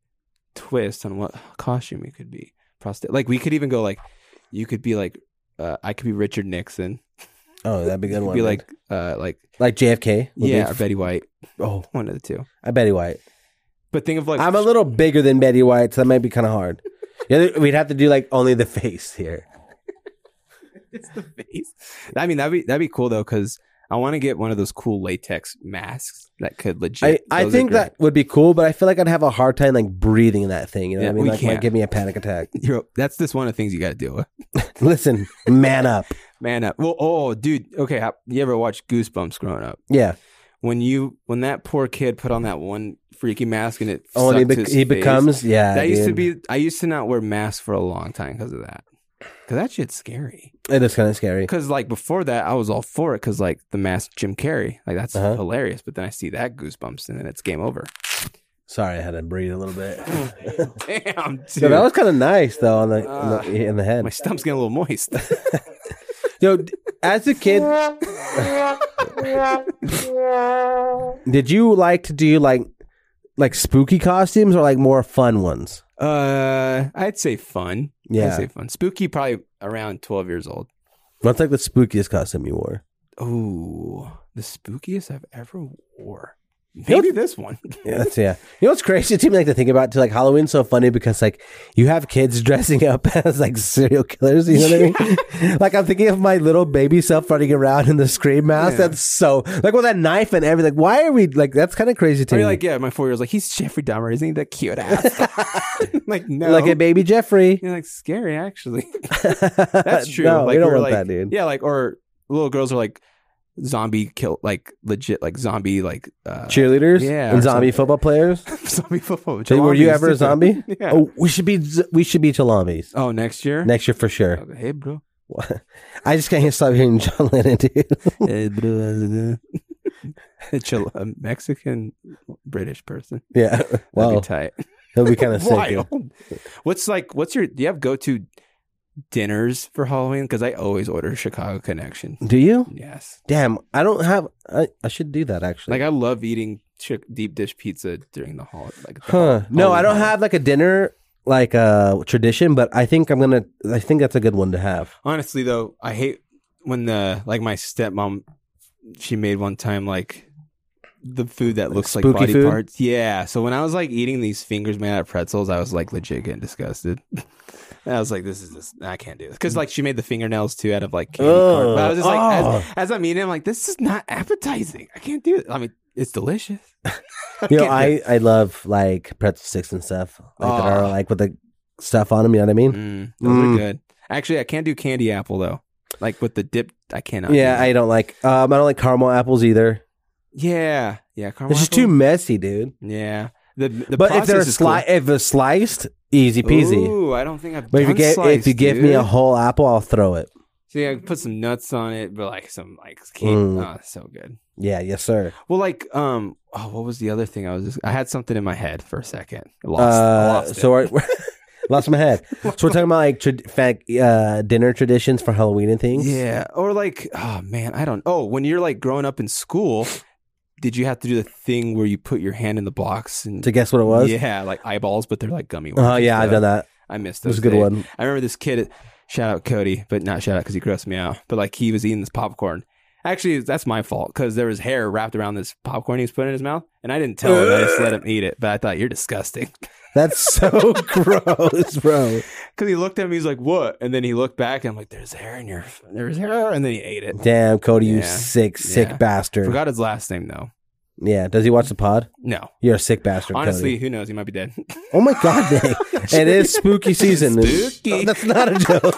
S2: twist on what costume you could be. Prosthetic. Like, we could even go like, you could be like, uh, I could be Richard Nixon.
S1: Oh, that'd be a
S2: You
S1: good
S2: could
S1: one.
S2: Be
S1: man.
S2: like, uh, like
S1: like JFK. would be
S2: yeah, or
S1: f-
S2: Betty White.
S1: oh,
S2: One of the two.
S1: I Betty White.
S2: But think of like
S1: I'm a little bigger than Betty White, so that might be kind of hard. Yeah, we'd have to do like only the face here.
S2: it's the face. I mean, that'd be that'd be cool though, because I want to get one of those cool latex masks that could
S1: I,
S2: legit.
S1: I
S2: those are
S1: think
S2: great.
S1: that would be cool, but I feel like I'd have a hard time like breathing in that thing. You know
S2: Yeah,
S1: what I mean?
S2: we
S1: Like, might
S2: can't.
S1: give me a panic attack.
S2: You're, that's just one of the things you got to deal with.
S1: Listen, man up.
S2: Man up. Well, oh, dude. Okay, how, you ever watched Goosebumps growing up?
S1: Yeah.
S2: When you when that poor kid put on that one freaky mask and it
S1: Oh, and he,
S2: sucked
S1: bec
S2: his
S1: he
S2: face,
S1: becomes yeah.
S2: that used to
S1: dude.
S2: be. I used to not wear masks for a long time because of that. Cause that shit's scary.
S1: It is kind of scary.
S2: Cause like before that, I was all for it. Cause like the mask Jim Carrey, like that's
S1: Uh-huh.
S2: hilarious. But then I see that Goosebumps and then it's game over.
S1: Sorry, I had to breathe a little bit.
S2: Damn, dude.
S1: So that was kind of nice though on the, on
S2: Ah.
S1: the in the head.
S2: My stump's getting a little moist.
S1: Yo, d- as a kid, did you like to do like like spooky costumes or like more fun ones?
S2: uh, I'd say fun. I'd
S1: Yeah.
S2: say fun. Spooky, probably around 12 years old.
S1: What's like the spookiest costume you wore?
S2: Oh, the spookiest I've ever wore. Maybe this one.
S1: Yeah, that's yeah. You know what's crazy to me like to think about too? Like Halloween's so funny because like you have kids dressing up as like serial killers, you know what I mean? like I'm thinking of my little baby self running around in the scream mask.
S2: Yeah.
S1: That's so like with that knife and everything. Like, why are we like that's kinda crazy to
S2: Or
S1: me.
S2: you're like, yeah, my four year old's like, he's Jeffrey Dahmer. Isn't he that cute ass? like, no.
S1: Like a baby Jeffrey.
S2: you're like, scary, actually.
S1: that's
S2: That's true.
S1: No, we
S2: like,
S1: don't
S2: we're
S1: want
S2: like,
S1: that, dude.
S2: Yeah, like, or little girls are like, zombie kill, like, legit, like, zombie, like, uh,
S1: Cheerleaders
S2: yeah, or
S1: and zombie
S2: something.
S1: football players.
S2: zombie football.
S1: Hey, were you
S2: Jalomies,
S1: ever a
S2: too.
S1: zombie?
S2: Yeah.
S1: Oh, we should be z- we should be Chalamis
S2: Oh, next year?
S1: next year for sure.
S2: Okay, Hey, bro. Uh,
S1: I just can't stop hearing John Lennon, dude.
S2: hey, bro. it's a, a Mexican British person.
S1: yeah,
S2: That'd
S1: well,
S2: be tight.
S1: that'd be kind of sick. dude.
S2: Wild. What's like? What's your? Do you have go to dinners for Halloween? Because I always order Chicago Connection.
S1: Do you?
S2: Yes.
S1: Damn, I don't have. I, I should do that actually.
S2: Like I love eating chi- deep dish pizza during the holiday. Like the
S1: huh?
S2: hol-
S1: No, I don't
S2: Halloween holiday.
S1: have like a dinner like uh, tradition, but I think I'm gonna. I think that's a good one to have.
S2: Honestly, though, I hate when the like my stepmom she made one time like the food that looks like
S1: spooky
S2: body
S1: food?
S2: parts. Yeah. So when I was like eating these fingers made out of pretzels, I was like legit getting disgusted. I was like, this is just I can't do this because like she made the fingernails too out of like candy corn. But I was just like,
S1: Ugh. Ah.
S2: as, as I'm eating, I'm like, this is not appetizing. I can't do it. I mean, it's delicious. I
S1: You know,
S2: can't do
S1: I
S2: it.
S1: I love like pretzel sticks and stuff like that are
S2: Aw.
S1: like with the stuff on them. You know what I mean?
S2: Mm, those
S1: Mm.
S2: are good. Actually, I can't do candy apple though. Like with the dip, I cannot. do
S1: Yeah,
S2: that.
S1: I don't like. Um, I don't like caramel apples either.
S2: yeah, yeah. Caramel
S1: It's just
S2: apple?
S1: too messy, dude.
S2: Yeah. The the
S1: but if
S2: process
S1: they're
S2: is cool.
S1: sli- if it's sliced, easy peasy.
S2: Ooh, I don't think I've.
S1: but if you
S2: done
S1: get if
S2: sliced,
S1: you give me a
S2: dude.
S1: whole apple, I'll throw it.
S2: see, I put some nuts on it, but like some like candy.
S1: Mm.
S2: Oh, that's so good.
S1: Yeah, yes, sir.
S2: Well, like um, oh, what was the other thing? I was just, I had something in my head for a second. I lost, I
S1: Uh,
S2: lost it.
S1: so are, lost my head. So we're talking about like trad fact, uh, dinner traditions for Halloween and things.
S2: yeah, or like oh man, I don't. Oh, when you're like growing up in school, did you have to do the thing where you put your hand in the box and
S1: To guess what it was?
S2: yeah, like eyeballs, but they're like gummy ones.
S1: Oh yeah, I've done that.
S2: I missed
S1: It was
S2: those.
S1: a good
S2: days.
S1: one.
S2: I remember this kid. Shout out Cody, but not shout out because he grossed me out. But like he was eating this popcorn. Actually, that's my fault because there was hair wrapped around this popcorn he was putting in his mouth, and I didn't tell him. I just let him eat it. But I thought you're disgusting
S1: That's so gross, bro.
S2: because he looked at me. He's like, "What?" And then he looked back, and I'm like, "There's hair in your. There's hair," and then he ate it.
S1: Damn, Cody, you
S2: Yeah.
S1: sick, sick
S2: Yeah.
S1: bastard.
S2: Forgot his last name though.
S1: Yeah, does he watch the pod?
S2: No,
S1: You're a sick bastard,
S2: honestly,
S1: Cody.
S2: who knows? He might be dead.
S1: Oh my god, Nick. it is spooky season.
S2: Spooky.
S1: That's not a joke.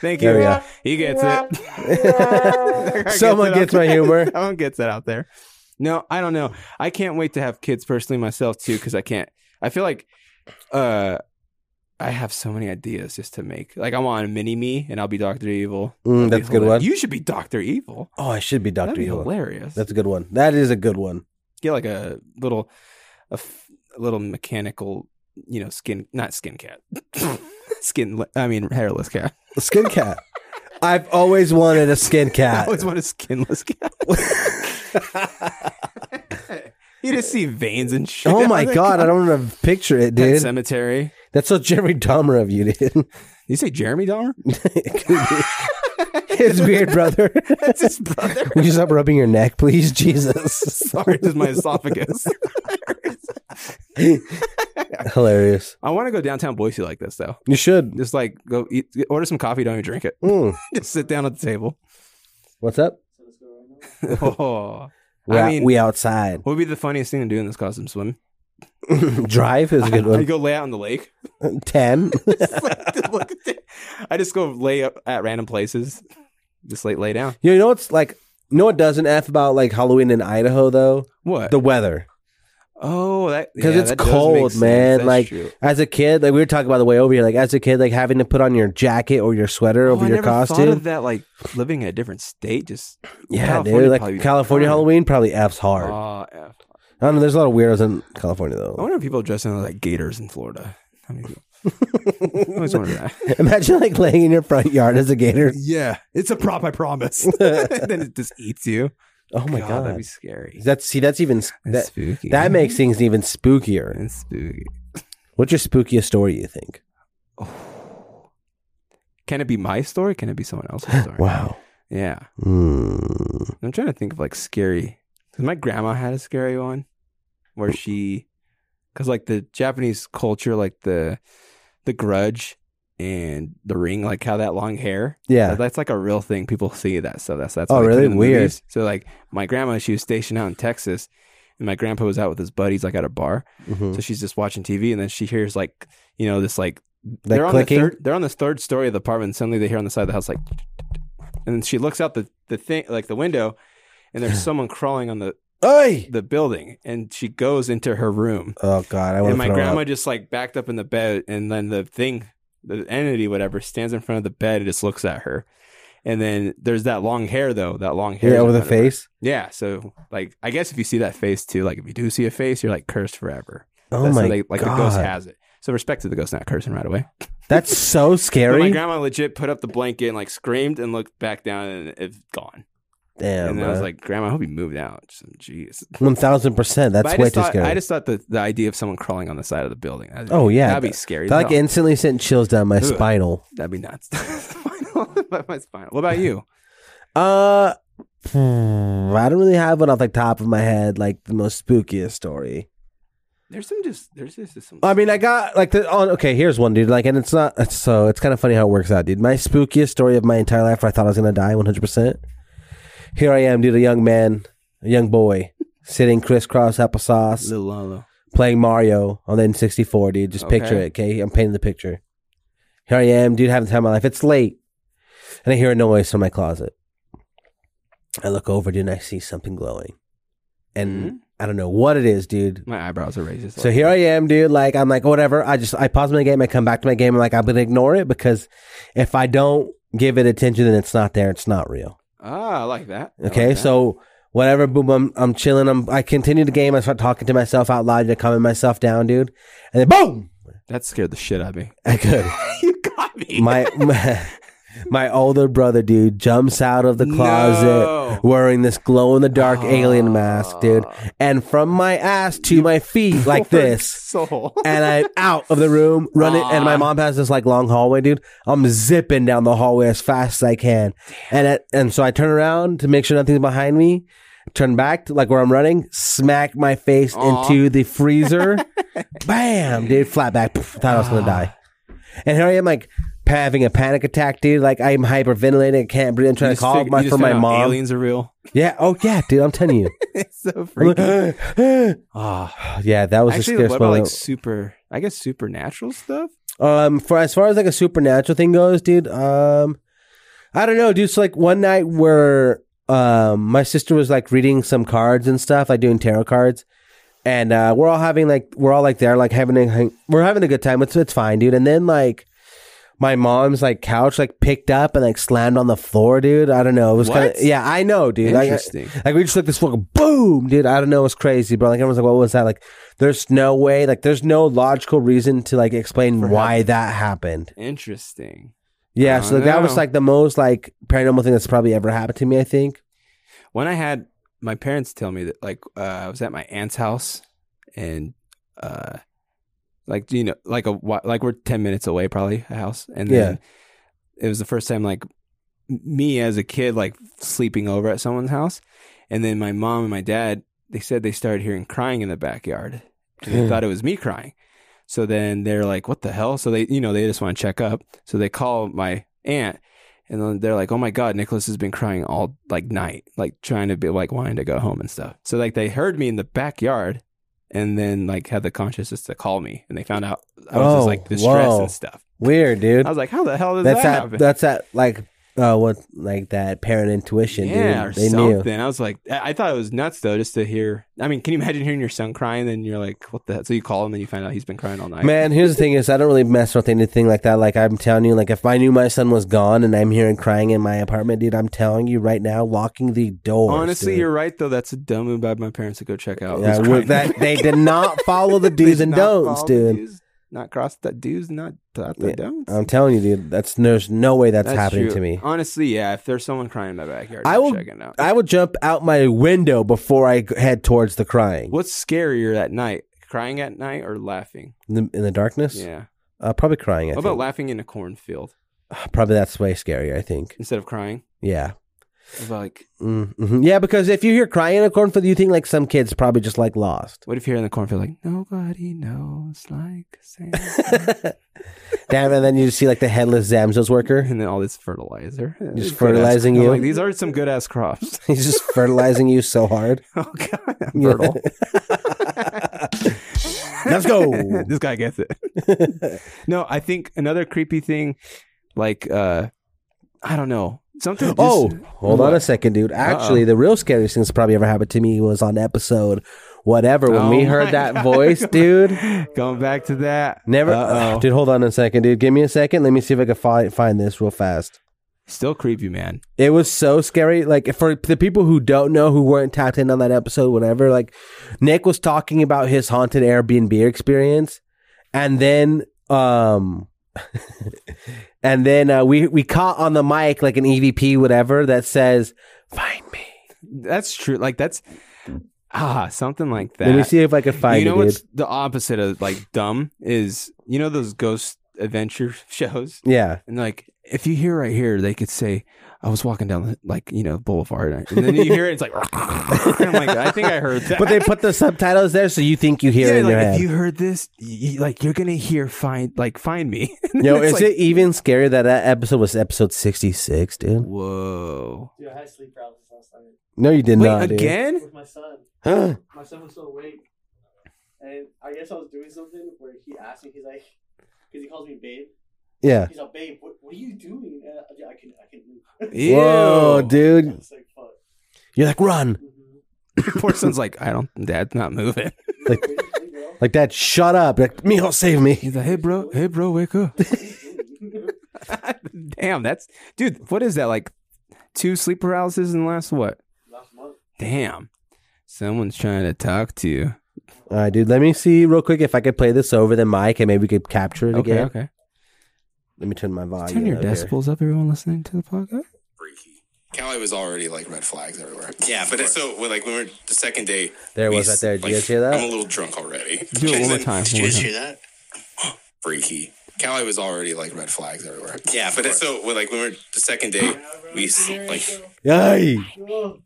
S2: Thank
S1: There we
S2: you.
S1: go.
S2: He gets it.
S1: Someone gets my humor.
S2: Someone gets that out there. No, I don't know. I can't wait to have kids personally myself too, because I can't. I feel like uh, I have so many ideas just to make. Like I want a mini me, and I'll be Doctor Evil.
S1: Mm, that's a good one.
S2: You should be Doctor Evil.
S1: Oh, I should be
S2: That'd
S1: Doctor
S2: be
S1: Evil.
S2: hilarious.
S1: That's a good one. That is a good one.
S2: Get like a little, a, f- a little mechanical, you know, skin not skin cat, skin. I mean, hairless cat.
S1: A skin cat. I've always wanted a skin
S2: I
S1: cat.
S2: always want a skinless cat. you just see veins and shit.
S1: oh my
S2: Like,
S1: god, I don't even picture it,
S2: Pet
S1: dude.
S2: Cemetery.
S1: That's so Jerry Dahmer of you, dude.
S2: You say Jeremy Dahmer?
S1: His weird brother.
S2: That's his brother.
S1: Would you stop rubbing your neck, please, Jesus?
S2: Sorry, this is my esophagus.
S1: Hilarious.
S2: I want to go downtown Boise like this though.
S1: You should.
S2: Just like go eat, order some coffee, don't even drink it.
S1: Mm.
S2: Just sit down at the table.
S1: What's up?
S3: So let's go right now.
S2: Oh,
S1: We're
S2: I
S1: out-
S2: mean-
S1: we outside.
S2: what would be the funniest thing to do in this costume? Swim?
S1: Drive is a good
S2: I
S1: one.
S2: go lay out in the lake.
S1: Ten.
S2: Just like to look at the- I just go lay up at random places. Just like lay down.
S1: You know what's like? You know what doesn't f about like Halloween in Idaho though?
S2: What?
S1: The weather.
S2: oh, that
S1: 'Cause
S2: yeah,
S1: it's
S2: that does make
S1: cold,
S2: sense.
S1: man,
S2: That's
S1: like,
S2: true.
S1: As a kid, like we were talking about the way over here, like as a kid, like having to put on your jacket or your sweater over
S2: Oh, I
S1: your
S2: never Thought of
S1: costume.
S2: that like living in a different state. Just
S1: Yeah,
S2: California
S1: dude. Like
S2: probably be
S1: California
S2: fine.
S1: Halloween probably f's hard.
S2: Aw, F.
S1: I don't know. There's a lot of weirdos in California
S2: I
S1: though.
S2: wonder if people dress in like gators in Florida. How many people? I always wonder that.
S1: Imagine like laying in your front yard as a gator.
S2: Yeah, it's a prop. I promise. then it just eats you.
S1: Oh my god.
S2: that'd be scary.
S1: That's see, that's even s- that
S2: That's spooky.
S1: that makes things even spookier.
S2: That's spooky.
S1: What's your spookiest story? You think?
S2: Oh. Can it be my story? Can it be someone else's story?
S1: Wow.
S2: Yeah,
S1: Mm.
S2: I'm trying to think of like scary. Cause my grandma had a scary one, where she, cause like the Japanese culture, like the, the Grudge, and the Ring, like how that long hair.
S1: Yeah.
S2: That- That's like a real thing. People see that stuff. That's that's
S1: Oh,
S2: how they put it
S1: really?
S2: in the
S1: Weird.
S2: movies. So like my grandma, she was stationed out in Texas, and my grandpa was out with his buddies like at a bar.
S1: Mhm.
S2: So she's just watching TV, and then she hears like you know this like
S1: That
S2: they're
S1: clicking.
S2: on the third they're on this third story of the apartment. And suddenly they hear on the side of the house like, and then she looks out the the thing like the window, and there's someone crawling on the
S1: Oi!
S2: the building, and she goes into her room,
S1: Oh god, I want
S2: and
S1: to
S2: my
S1: throw
S2: grandma
S1: up.
S2: just like backed up in the bed, and then the thing, the entity, whatever, stands in front of the bed and just looks at her. And then there's that long hair though, that long hair
S1: Yeah,
S2: is
S1: with
S2: in
S1: a
S2: front of her.
S1: face.
S2: Yeah, so like I guess if you see that face too, like if you do see a face, you're like cursed forever.
S1: Oh
S2: That's how
S1: my
S2: they- like
S1: god,
S2: the ghost has it. So respect to the ghost not cursing right away.
S1: that's so
S2: But my
S1: scary.
S2: grandma legit put up the blanket and like screamed and looked back down and it's gone.
S1: Damn,
S2: and then I was like, Grandma, I hope you moved out. Some jeez.
S1: one thousand percent.
S2: But
S1: That's
S2: I
S1: way
S2: just
S1: too
S2: thought
S1: scary.
S2: I just thought that the idea of someone crawling on the side of the building. that'd
S1: Oh,
S2: be-
S1: yeah.
S2: that'd be scary.
S1: that
S2: as
S1: like
S2: hell.
S1: instantly sent chills down my
S2: Ugh.
S1: spinal.
S2: That'd be nuts. Spinal- my spinal. What about you?
S1: Uh, hmm, I don't really have one off the top of my head. Like the most spookiest story.
S2: There's some just there's just just some.
S1: I mean, I got like the oh, okay. Here's one, dude. Like, and it's not it's, so. It's kind of funny how it works out, dude. My spookiest story of my entire life, where I thought I was gonna die, one hundred percent. Here I am, dude, a young man, a young boy, sitting crisscross applesauce,
S2: Little Lalo.
S1: playing Mario on the N64, dude. Just picture
S2: Okay.
S1: it, okay? I'm painting the picture. Here I am, dude, having the time of my life. It's late. And I hear a noise from my closet. I look over, dude, and I see something glowing. And
S2: Mhm.
S1: I don't know what it is, dude.
S2: My eyebrows are raised.
S1: So here I am, dude. Like I'm like whatever. I just I pause my game. I come back to my game. I'm like I'm gonna ignore it because if I don't give it attention, then it's not there. It's not real.
S2: Ah, I like that. I
S1: Okay,
S2: like that.
S1: so whatever, boom, I'm, I'm chilling. I'm, I continue the game. I start talking to myself out loud to calming myself down, dude. And then boom,
S2: that scared the shit out of me.
S1: I could.
S2: you got me.
S1: My, my my older brother, dude, jumps out of the closet
S2: No.
S1: wearing this glow in the dark alien mask, dude,
S2: Ah.
S1: and from my ass to my feet like
S2: Poor
S1: this.
S2: soul.
S1: And I'm out of the room running, and my mom has this like long hallway, dude. I'm zipping down the hallway as fast as I can, and it, and so I turn around to make sure nothing's behind me. Turn back to like where I'm running, smack my face
S2: Aw.
S1: into the freezer, bam, dude, flat back. Poof, thought I was gonna die,
S2: Ah.
S1: and here I am like having a panic attack, dude. Like I'm hyperventilating, I can't breathe. I'm
S2: You
S1: trying to
S2: just
S1: call
S2: fig-
S1: my,
S2: you just
S1: for my
S2: found out
S1: mom.
S2: Aliens are real.
S1: Yeah, oh yeah, dude, I'm telling you.
S2: it's so
S1: I'm like,
S2: freaky.
S1: yeah,
S2: Ah,
S1: that was the
S2: actually,
S1: scariest
S2: what about like
S1: moment.
S2: super? I guess supernatural stuff.
S1: Um, for as far as like a supernatural thing goes, dude. Um, I don't know, dude. So like one night where um my sister was like reading some cards and stuff, like doing tarot cards, and uh, we're all having like we're all like there, like having a hang- we're having a good time. It's it's fine, dude. And then like my mom's like couch like picked up and like slammed on the floor, dude. I don't know. It was kind of
S2: What?
S1: yeah. I know, dude. Like, I-
S2: Interesting.
S1: like we just like this fucking boom, dude. I don't know, it's crazy, bro. Like everyone's like, what was that? Like, there's no way, like, there's no logical reason to like explain
S2: For
S1: why that happened.
S2: Interesting.
S1: Yeah,
S2: I
S1: so like, that was
S2: know.
S1: like the most like paranormal thing that's probably ever happened to me. I think.
S2: when I had my parents tell me that like uh, I was at my aunt's house and uh like you know like a wa- like we're 10 minutes away probably a house and then it was the first time like m- me as a kid like sleeping over at someone's house and then my mom and my dad they said they started hearing crying in the backyard and they thought it was me crying so then they're like what the hell so they you know they just want to check up so they call my aunt and then they're like, "Oh my god, Nicholas has been crying all like night, like trying to be like wanting to go home and stuff." So like they heard me in the backyard, and then like had the consciousness to call me, and they found out I was
S1: Oh,
S2: just like distressed
S1: whoa.
S2: and stuff.
S1: Weird, dude.
S2: I was like, "How the hell does
S1: that's
S2: that,
S1: that.
S2: happen?"
S1: that's that. Like, uh, what like that parent intuition,
S2: yeah,
S1: dude.
S2: or
S1: They
S2: something.
S1: knew.
S2: I was like, I I thought it was nuts though, just to hear. I mean, can you imagine hearing your son crying? And you're like, "What the?" hell? So you call him, and you find out he's been crying all night.
S1: Man, here's the thing: is I don't really mess with anything like that. Like I'm telling you, like if I knew my son was gone and I'm hearing crying in my apartment, dude, I'm telling you right now, locking the door.
S2: Honestly, you're right though. That's a dumb move by my parents to go check out.
S1: Yeah,
S2: who's
S1: well,
S2: Oh, crying in
S1: that
S2: the
S1: they did not follow the do's
S2: They
S1: and
S2: should not
S1: don'ts,
S2: follow the
S1: dude.
S2: do's, Not cross the do's, not dot the
S1: Yeah,
S2: don'ts.
S1: I'm telling you, dude, that's there's no way that's, happening
S2: true.
S1: to me.
S2: Honestly, yeah. If there's someone crying in my backyard,
S1: I
S2: I will
S1: will-
S2: check it out.
S1: I would jump out my window before I g- head towards the crying
S2: What's scarier that night? Crying at night or laughing?
S1: in the, in the darkness.
S2: Yeah.
S1: Uh, probably crying. I
S2: What
S1: think.
S2: about laughing in a cornfield
S1: Probably that's way scarier. I think.
S2: instead of crying?
S1: Yeah.
S2: What about, like,
S1: Mm-hmm. Yeah, because if you hear crying in a cornfield, you think like some kids probably just like lost.
S2: what if you're in the cornfield like nobody knows like Sam,
S1: Damn, and then you see like the headless Zamzos worker.
S2: and then all this fertilizer,
S1: Just
S2: Good-ass-
S1: fertilizing
S2: I'm
S1: you?
S2: Like these are some good ass crops.
S1: He's just fertilizing you so hard.
S2: oh god, I'm
S1: Yeah.
S2: fertile.
S1: Let's go.
S2: this guy gets it. No, I think another creepy thing, like uh I don't know. Something just,
S1: Oh, hold on a
S2: What? Uh-uh.
S1: second, dude. Actually, the real scariest thing that's probably ever happened to me was on episode whatever when
S2: Oh
S1: we
S2: my
S1: heard that
S2: God.
S1: voice, dude.
S2: Going back to that.
S1: Never,
S2: Uh-oh.
S1: dude. Hold on a second, dude. Give me a second. Let me see if I can fi- find this real fast.
S2: Still creepy, man.
S1: It was so scary. Like for the people who don't know, who weren't tapped in on that episode, whatever. Like Nick was talking about his haunted Airbnb experience, and then um, and then uh, we we caught on the mic like an EVP, whatever, that says find me.
S2: That's true. Like that's ah something like that.
S1: Let me see if I can find
S2: you know
S1: it, dude.
S2: what's the opposite of like dumb is you know those ghost adventure shows
S1: Yeah.
S2: and like if you hear right here they could say I was walking down the, like you know boulevard and then you hear it it's like I'm like I think I heard that
S1: But they put the subtitles there so you think you hear it
S2: yeah,
S1: in
S2: like
S1: your head.
S2: if you heard this you, you- like you're gonna hear find like find me And
S1: Yo,
S2: it's
S1: is
S2: like,
S1: it even scarier that that episode was episode 66, dude?
S2: whoa
S3: Dude, I had sleep paralysis last night
S1: No, you did
S2: wait
S1: not. dude.
S2: again
S3: with my son.
S1: Huh?
S3: My son was still awake, and I guess I was doing something where he asked me. He's like, because he calls me babe.
S1: Yeah.
S3: He's like, babe, what, what are you doing? And I- yeah, I can, I can move.
S1: Whoa,
S2: Ew.
S3: I
S1: dude.
S3: was like, fuck.
S1: You're like, run.
S3: Mhm.
S2: poor son's like I don't dad's not moving
S1: Like-
S3: Wait, wait, bro.
S1: Like, dad, shut up. Like, mijo, save me.
S2: he's like hey bro hey bro wake up
S3: What are you doing?
S2: Damn, that's dude. What is that like? Two sleep paralysis in the last what?
S3: Last month.
S2: Damn, someone's trying to talk to you.
S1: All right, dude. Let me see real quick if I could play this over the mic and maybe we could capture it
S2: Okay,
S1: again.
S2: okay.
S1: Let me turn my volume.
S2: Turn your
S1: up here.
S2: decibels up, everyone listening to the podcast.
S4: freaky. Cali was already like red flags everywhere. Yeah, but it's so when, like when we were the second day,
S1: There it
S4: we
S1: was right
S4: s-
S1: there. Did you
S4: like,
S1: guys hear that?
S4: I'm a little drunk already.
S2: Do it one more time. One more time.
S4: that? freaky. Cali was already like red flags everywhere. Yeah, but it's so when, like when we were the second day, we s- like
S1: Yay.
S3: Oh,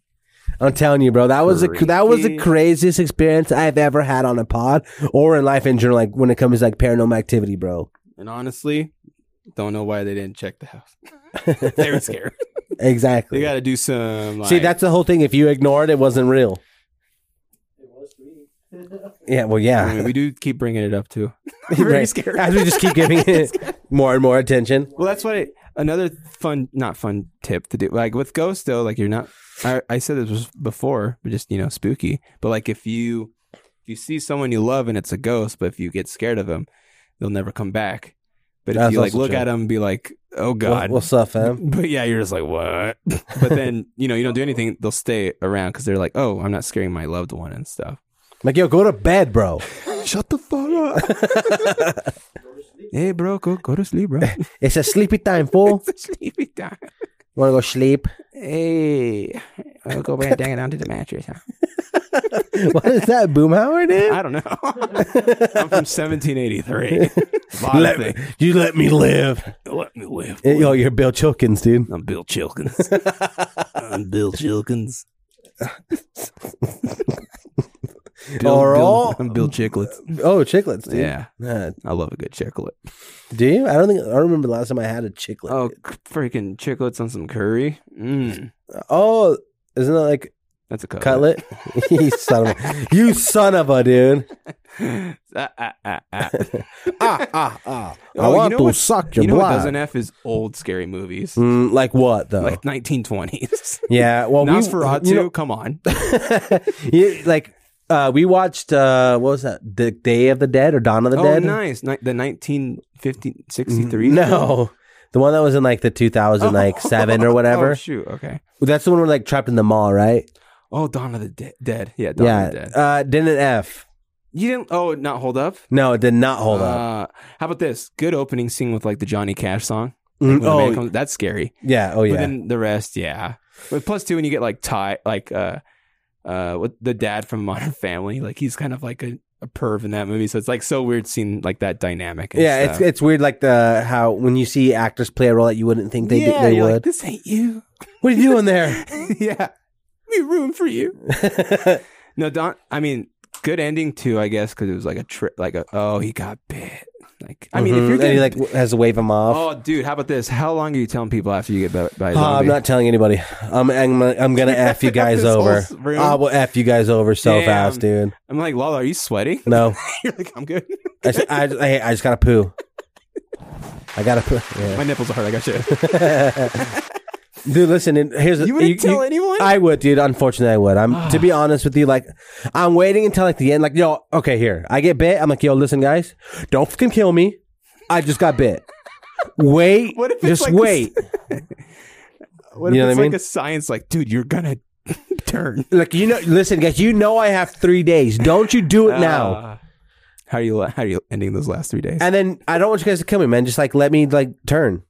S1: I'm telling you, bro, that was a, that was the
S2: Freaky.
S1: craziest experience I've ever had on a pod or in life in general. Like when it comes to like paranormal activity, bro.
S2: And honestly, don't know why they didn't check the house. they were scared.
S1: Exactly.
S2: they got to do some. Like,
S1: See, that's the whole thing. If you ignored, it wasn't real.
S3: it was to me.
S1: Yeah, well,
S2: I
S1: yeah.
S2: mean, we do keep bringing it up too.
S1: Right. As we just keep giving it more and more attention.
S2: Well, that's what it, another fun, not fun tip to do. Like with ghosts, though, like you're not. I, I said this was before, but just you know, spooky. But like if you if you see someone you love and it's a ghost, but if you get scared of them, they'll never come back. But if
S1: That's
S2: you like
S1: also
S2: look
S1: true.
S2: at them and be like, oh god,
S1: What's up, fam?
S2: but yeah, you're just like what? but then you know you don't do anything. They'll stay around because they're like, oh, I'm not scaring my loved one and stuff.
S1: Like, yo, go to bed, bro.
S2: Shut the fuck up. hey, bro, go go to sleep, bro.
S1: It's a sleepy time, fool.
S2: Sleepy time.
S1: Wanna go sleep?
S2: Hey, I'll go back down onto the mattress. Huh?
S1: what is that, Boomhauer, dude?
S2: I don't know. I'm from 1783.
S1: Let me- you let me live.
S2: let me live.
S1: Yo, you're Bill Chilkins, dude.
S2: I'm Bill Chilkins. I'm Bill Chilkins.
S1: Or all-
S2: I'm Bill Chicklets.
S1: Oh, chicklets, dude.
S2: Yeah,
S1: Uh,
S2: I love a good chiclet.
S1: do you? I don't think I don't remember the last time I had a chiclet.
S2: Oh, c- freaking chiclets on some curry. Mm,
S1: Oh, isn't that like
S2: that's a cutlet.
S1: cutlet? you son of a, you son of a dude.
S2: Ah, ah, ah, ah.
S1: ah, ah, ah. I
S2: Oh, you
S1: want
S2: know
S1: to
S2: what-
S1: suck your
S2: You know what
S1: blood.
S2: doesn't F is old scary movies,
S1: Mm, like what though?
S2: like 1920s.
S1: yeah, well, Oh, we,
S2: Nosferatu,
S1: you know-
S2: come on.
S1: you- like uh, we watched uh, what was that? The Day of the Dead or Dawn of the
S2: oh,
S1: Dead? Mm,
S2: nice. Ni- the 1950, 63?
S1: No, the one that was in like the 2000, like seven or whatever.
S2: Oh, shoot. Okay.
S1: That's the one where like trapped in the mall, right?
S2: Oh, Dawn of the De- Dead. Yeah, Dawn
S1: yeah,
S2: of the Dead.
S1: uh, didn't F.
S2: You didn't, oh, not hold up?
S1: No, it did not hold up.
S2: Uh, how about this? Good opening scene with like the Johnny Cash song.
S1: Mm,
S2: Uh, When the man
S1: oh,
S2: comes- that's scary.
S1: yeah. Oh,
S2: But
S1: yeah.
S2: then the rest, yeah. But plus two, when you get like Ty, like uh, uh, what the dad from Modern Family, like he's kind of like a, a perv in that movie. So it's like so weird seeing like that dynamic. And
S1: Yeah, it's
S2: stuff.
S1: it's weird, like the how when you see actors play a role that you wouldn't think they
S2: yeah,
S1: they
S2: you're
S1: would.
S2: like, this ain't you.
S1: what are you doing there?
S2: yeah, we room for you. No, Don. I mean, good ending too, I guess, because it was like a trip. Like a oh, he got bit. Like I mean, if
S1: Mhm.
S2: you're
S1: and
S2: getting
S1: he like w- has to wave him off.
S2: oh, dude, how about this? How long are you telling people after you get bit by a
S1: Uh, I'm
S2: zombie?
S1: not telling anybody. I'm I'm, I'm gonna f you guys
S2: This whole
S1: over.
S2: s- room.
S1: I will f you guys over so
S2: Damn.
S1: fast, dude.
S2: I'm like, Lala, are you sweating?
S1: No,
S2: you're like, I'm good.
S1: I, s- I, just- hey, I just gotta poo. I gotta poo. Yeah.
S2: My nipples are hard. I got you.
S1: dude, listen. and Here's the-
S2: You wouldn't tell anyone.
S1: I would, dude. Unfortunately, I would.
S2: Ah.
S1: I'm to be honest with you, like I'm waiting until like the end. Like, yo, okay, here I get bit. I'm like, yo, listen, guys, don't fucking kill me. I just got bit. Wait,
S2: What if it's
S1: just
S2: like
S1: wait.
S2: what if
S1: you know what I
S2: it's like
S1: mean?
S2: a science? Like, dude, you're gonna turn
S1: Like you know, listen, guys, you know I have three days. Don't you do it now.
S2: Ah. how are you? la- How are you ending those last three days?
S1: And then I don't want you guys to kill me, man. Just like let me like turn.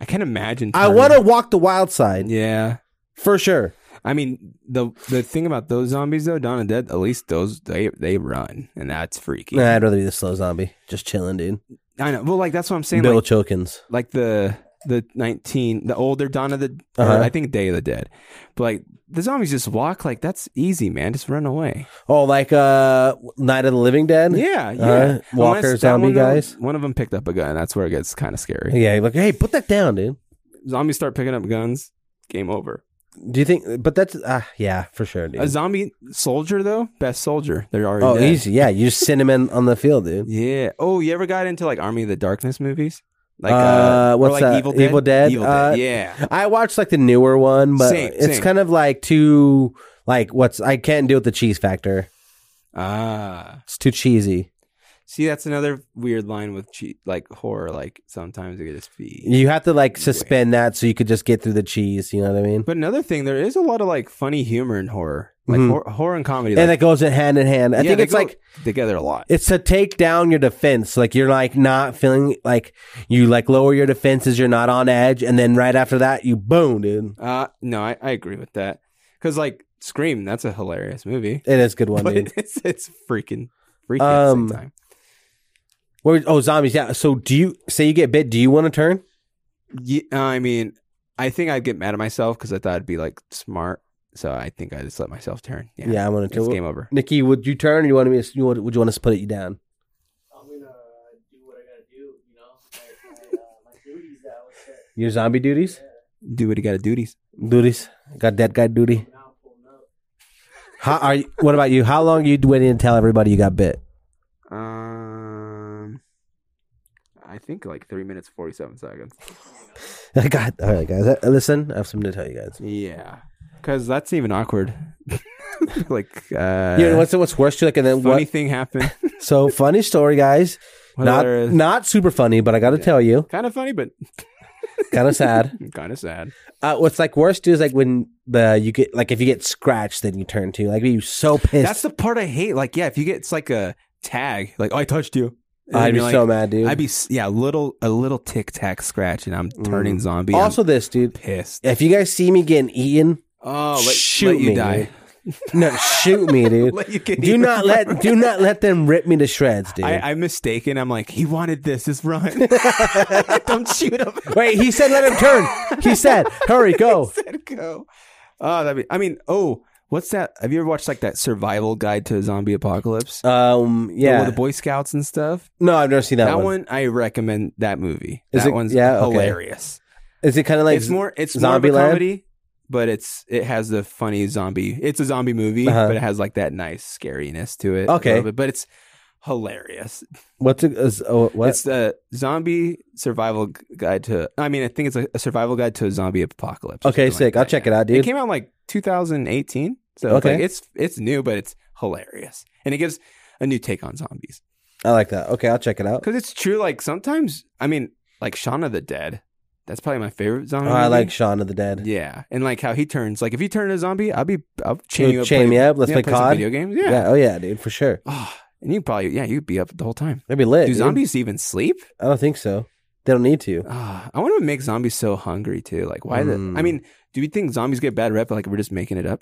S2: I can't imagine.
S1: I
S2: turning.
S1: want to walk the wild side
S2: Yeah.
S1: for sure.
S2: I mean the the thing about those zombies though, Dawn of the Dead. At least those they they run, and that's freaky.
S1: Nah, I'd rather be the slow zombie, just chilling, dude.
S2: I know. Well, like that's what I'm saying.
S1: Bill
S2: Like,
S1: Chilkins.
S2: like the the 19, the older Dawn of the, or
S1: Uh-huh.
S2: I think Day of the Dead. But like the zombies just walk. Like that's easy, man. Just run away.
S1: Oh, like uh, Night of the Living Dead.
S2: Yeah, yeah.
S1: Uh, walker
S2: Unless that
S1: zombie
S2: one of them-
S1: guys?
S2: One of them picked up a gun. That's where it gets kind of scary.
S1: yeah. you're Like, hey, put that down, dude.
S2: Zombies start picking up guns. Game over.
S1: Do you think? But that's ah, yeah, for sure, dude.
S2: A zombie soldier though, best soldier. They're already
S1: Oh,
S2: dead.
S1: easy. Yeah, you just send him in on the field, dude.
S2: Yeah. Oh, you ever got into like Army of the Darkness movies? Like
S1: Uh,
S2: or,
S1: what's
S2: like,
S1: that?
S2: Evil Dead.
S1: Evil Dead?
S2: Evil
S1: Uh,
S2: Yeah.
S1: I watched like the newer one, but
S2: Same,
S1: it's
S2: same.
S1: kind of like too like what's I can't deal with the cheese factor.
S2: Ah.
S1: It's too cheesy.
S2: See, that's another weird line with che- like horror. Like sometimes it could just be.
S1: You have to like suspend that so you could just get through the cheese. You know what I mean?
S2: But another thing, there is a lot of like funny humor in horror, like
S1: Mhm.
S2: hor- horror and comedy.
S1: and
S2: like,
S1: that goes in hand in hand. I
S2: yeah,
S1: think
S2: they
S1: it's
S2: go
S1: like
S2: together a lot.
S1: it's to take down your defense. Like you're like not feeling like you like lower your defenses. You're not on edge, and then right after that, you boom, dude.
S2: Uh, no, I, I agree with that because like Scream, that's a hilarious movie,
S1: It is a good one,
S2: but
S1: dude.
S2: it's it's freaking freaky at the
S1: Um,
S2: same time.
S1: Where, oh, zombies. Yeah. So do you say you get bit? Do you want to turn?
S2: Yeah, I mean, I think I'd get mad at myself because I thought I'd be like smart. So I think I just let myself turn. Yeah,
S1: Yeah, I want
S2: it's
S1: to turn.
S2: game over.
S1: Nikki, would you turn? Or you want me? To, you would, would you want us to put it you down?
S3: I'm gonna do what I gotta do, you know? My, my, uh, my duties that I was set.
S1: Your zombie duties.
S2: Do what you got to duties.
S1: Duties. Got that guy duty.
S3: Now I'm pulling up.
S1: How are you, what about you? How long you waiting to tell everybody you got bit?
S2: Um, I think like three minutes forty seven seconds.
S1: I got all right, guys. Uh, Listen, I have something to tell you guys.
S2: Yeah, because that's even awkward. like, uh,
S1: you know what's what's worse too? Like, and then
S2: funny
S1: what?
S2: thing happened.
S1: So funny story, guys. Not
S2: Whether it's
S1: not super funny, but I got to
S2: Yeah.
S1: tell you,
S2: kind of funny, but
S1: kind of sad.
S2: kind of sad.
S1: Uh, what's like worse too is like when the you get like if you get scratched, then you turn to like you so pissed.
S2: That's the part I hate. Like, yeah, if you get it's like a tag, like oh, I touched you. And
S1: I'd
S2: then
S1: be
S2: you're
S1: so
S2: like-
S1: mad, dude.
S2: I'd be s- yeah, a little a little tic tac scratch, and I'm turning zombie. I'm
S1: Mm. also this, dude.
S2: pissed.
S1: If you guys see me getting eaten,
S2: Oh, let,
S1: shoot
S2: let you
S1: me,
S2: die.
S1: no, shoot me, dude.
S2: Let you get
S1: Do
S2: eaten.
S1: not let do not let them rip me to shreds, dude.
S2: I, I'm mistaken. I'm like, he wanted this. Just run. Don't shoot him.
S1: Wait, he said let him turn. He said, "Hurry, go."
S2: Said go. Oh, that'd be. I mean, oh, what's that? Have you ever watched like that survival guide to a zombie apocalypse?
S1: Um,
S2: With
S1: yeah.
S2: the Boy Scouts and stuff.
S1: No, I've never seen that,
S2: That,
S1: one.
S2: one. I recommend that movie.
S1: Is
S2: that
S1: it-
S2: one's
S1: yeah, okay.
S2: hilarious.
S1: Is it kind of like
S2: it's more. It's more of a
S1: Zombieland?
S2: comedy, but it's it has the funny zombie. It's a zombie movie,
S1: Uh-huh.
S2: but it has like that nice scariness to it. a
S1: Okay.
S2: little bit, but it's hilarious.
S1: what's it? Is, oh, what?
S2: It's the zombie survival gu- guide to. I mean, I think it's a, a survival guide to a zombie apocalypse. or
S1: okay,
S2: something like
S1: sick. I'll
S2: that,
S1: check
S2: yeah.
S1: it out,
S2: It
S1: dude.
S2: came out in, like 2018, so
S1: Okay.
S2: okay. it's, like, it's it's new, but it's hilarious, and it gives a new take on zombies
S1: I like that. Okay, I'll check it out.
S2: because it's true. Like sometimes, I mean, like Shaun of the Dead. That's probably my favorite zombie.
S1: Oh, I
S2: movie.
S1: like Shaun of the Dead.
S2: Yeah, and like how he turns. Like if you turn a zombie, I'll be I'll chain
S1: You'll
S2: you up.
S1: chain
S2: play-
S1: me up. Let's
S2: yeah,
S1: play
S2: some
S1: COD.
S2: video games.
S1: Yeah.
S2: Yeah.
S1: Oh yeah, dude, for sure.
S2: Ah, and you probably yeah you'd be up the whole time.
S1: That'd be lit.
S2: Do
S1: dude.
S2: zombies even sleep?
S1: I don't think so. They don't need to.
S2: Ah, I wonder what makes zombies so hungry too. Like why
S1: Mm.
S2: the? I mean, do we think zombies get bad rep? Like we're just making it up.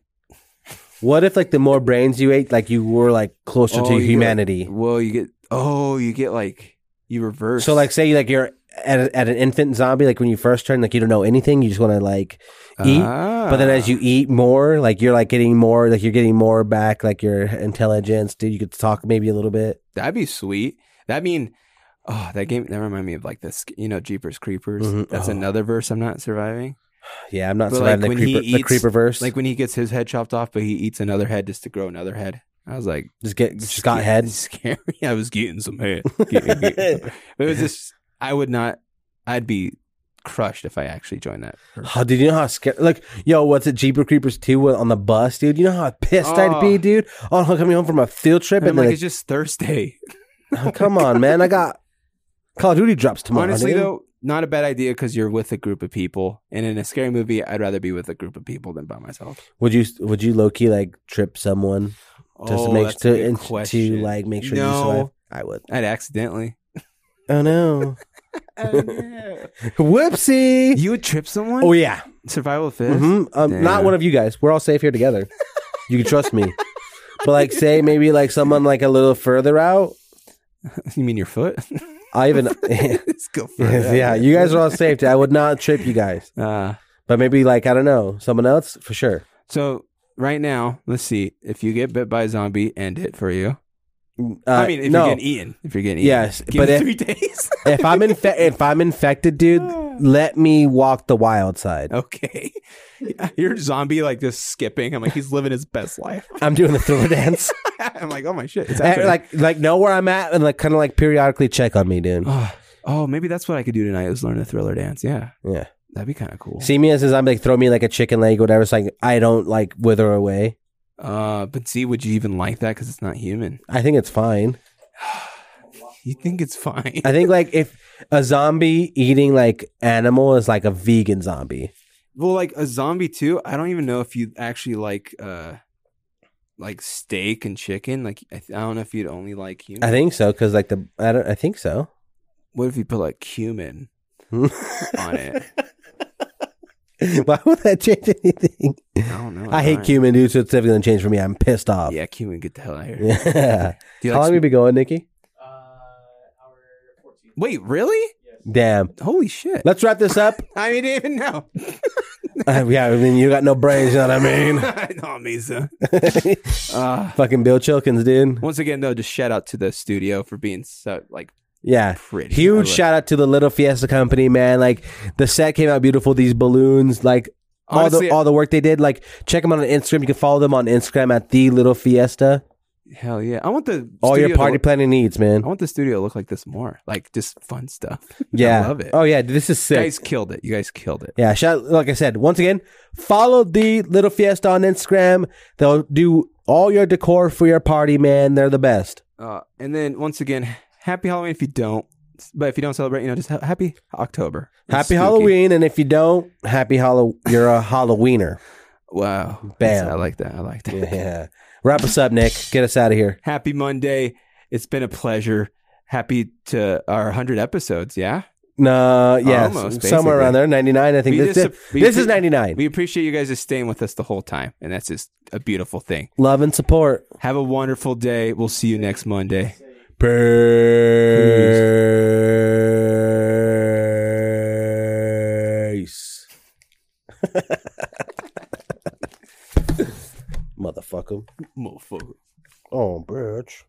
S1: What if like the more brains you ate, like you were like closer
S2: Oh,
S1: to
S2: you get-
S1: humanity?
S2: Whoa, you get oh you get like you reverse.
S1: So like, say like you're at, a, at an infant zombie, like when you first turn, like you don't know anything, you just want to like eat. But then
S2: Ah,
S1: as you eat more, like you're like getting more, like you're getting more back, like your intelligence, dude. You could talk maybe a little bit.
S2: that'd be sweet. That mean. Oh, that game that remind me of like this, you know, Jeepers Creepers.
S1: Mhm.
S2: That's
S1: Oh.
S2: another verse I'm not surviving.
S1: Yeah, I'm not
S2: But,
S1: surviving
S2: like,
S1: the
S2: when he
S1: creeper, the
S2: eats-
S1: creeper verse.
S2: Like
S1: Like
S2: when he gets his head chopped off, but he eats another head just to grow another head. I was like,
S1: just get just got head.
S2: Scary. I was getting some head. Getting- getting some- It was just, I would not, I'd be crushed if I actually joined that.
S1: How did you know how scared? Like, yo, what's it? Jeeper Creepers two on the bus, dude. You know how pissed I'd be,
S2: Oh.
S1: dude. On coming home from a field trip,
S2: And I'm
S1: and,
S2: like,
S1: then
S2: it's just Thursday.
S1: like, come on, man, I got Call of Duty drops tomorrow.
S2: Honestly,
S1: dude.
S2: though, not a bad idea because you're with a group of people. And in a scary movie, I'd rather be with a group of people than by myself.
S1: would you would you low key like trip someone just to make
S2: Oh, that's a
S1: to,
S2: good
S1: and to
S2: question.
S1: like make sure you
S2: No.
S1: survive? I would.
S2: I'd accidentally.
S1: Oh no,
S2: Oh, no.
S1: whoopsie.
S2: you would trip someone?
S1: Oh yeah,
S2: Survival fist?
S1: hmm um, not
S2: Damn.
S1: one of you guys. We're all safe here together. You can trust me. But like, say maybe like someone like a little further out. Mm-hmm.
S2: You mean your foot?
S1: I even
S2: Let's go for
S1: yeah,
S2: it.
S1: you guys are all safe. I would not trip you guys,
S2: Uh,
S1: but maybe like I don't know, someone else for sure.
S2: so right now, let's see if you get bit by a zombie, end it for you.
S1: Uh,
S2: I mean, if e-
S1: no,
S2: you're getting eaten, if you're getting eaten,
S1: Yes,
S2: give
S1: but
S2: it
S1: if-
S2: three days.
S1: if I'm infe- if I'm infected, dude, let me walk the wild side.
S2: okay, yeah, you're zombie like just skipping. I'm like, he's living his best life.
S1: I'm doing the thriller dance.
S2: I'm like, oh my shit, it's
S1: And,
S2: happening.
S1: Eh, like like know where I'm at and like kind of like periodically check on me, dude.
S2: oh, oh, maybe that's what I could do tonight is learn a thriller dance. Yeah,
S1: Yeah,
S2: that'd be kind of cool.
S1: see me as I'm like throw me like a chicken leg, or whatever. So like I don't like wither away.
S2: uh, but see, would you even like that? Because it's not human.
S1: I think it's fine.
S2: You think it's fine?
S1: I think like if a zombie eating like animal is like a vegan zombie.
S2: Well, like a zombie too. I don't even know if you actually like uh like steak and chicken. Like I, th- I don't know if you'd only like human.
S1: I think so because like the I don't I think so.
S2: what if you put like cumin
S1: Hmm.
S2: on it?
S1: Why would that change anything?
S2: I don't know.
S1: I hate
S2: Alright.
S1: cumin, dude. So it's definitely gonna change for me. I'm pissed off.
S2: Yeah, cumin. Get the hell out of here.
S1: Yeah.
S2: Do you
S1: How
S2: like
S1: long
S2: sm-
S1: we been going, Nikki?
S3: Uh, hour 14.
S2: Wait, really?
S3: Yes.
S1: Damn.
S2: Holy shit!
S1: Let's wrap this up.
S2: I didn't even know.
S1: Uh, yeah, I mean you got no brains, you know what I mean?
S2: I know, Misa. Uh,
S1: Fucking Bill Chilkins, dude.
S2: once again, though, just shout out to the studio for being so like
S1: Yeah.
S2: pretty. I
S1: Huge
S2: love-
S1: shout out to the Little Fiesta Company, man. Like the set came out beautiful. These balloons, like
S2: Honestly,
S1: all the all the work they did. Like check them out on Instagram. You can follow them on Instagram at the Little Fiesta.
S2: hell yeah, I want the Oh,
S1: All
S2: studio
S1: your
S2: to
S1: party
S2: look-
S1: planning needs,
S2: I
S1: man.
S2: want the studio to look like this more, like just fun stuff.
S1: Yeah,
S2: love it.
S1: Oh yeah, this is
S2: You
S1: sick.
S2: guys killed it. You guys killed it.
S1: Yeah, shout like I said, once again, follow the Little Fiesta on Instagram. They'll do all your decor for your party, man. They're the best.
S2: Uh, and then once again, happy Halloween if you don't. But if you don't celebrate, you know, just ha- happy October. It's
S1: Happy
S2: spooky.
S1: Halloween, and if you don't, happy Halloween. You're a Halloweener.
S2: Wow.
S1: Bam.
S2: That's- I like that. I like that.
S1: Yeah. Wrap us up, Nick. Get us out of here.
S2: Happy Monday. It's been a pleasure. Happy to our 100 episodes. Yeah.
S1: No, yeah,
S2: Almost,
S1: somewhere around
S2: basically.
S1: there. Ninety nine, I think.
S2: We
S1: This,
S2: just-
S1: this,
S2: we
S1: this is
S2: pre-
S1: ninety nine.
S2: We appreciate you guys just staying with us the whole time. And that's just a beautiful thing.
S1: Love and support.
S2: Have a wonderful day. We'll see you next Monday.
S1: Peace. Motherfucker.
S2: Motherfucker.
S1: Oh, bitch.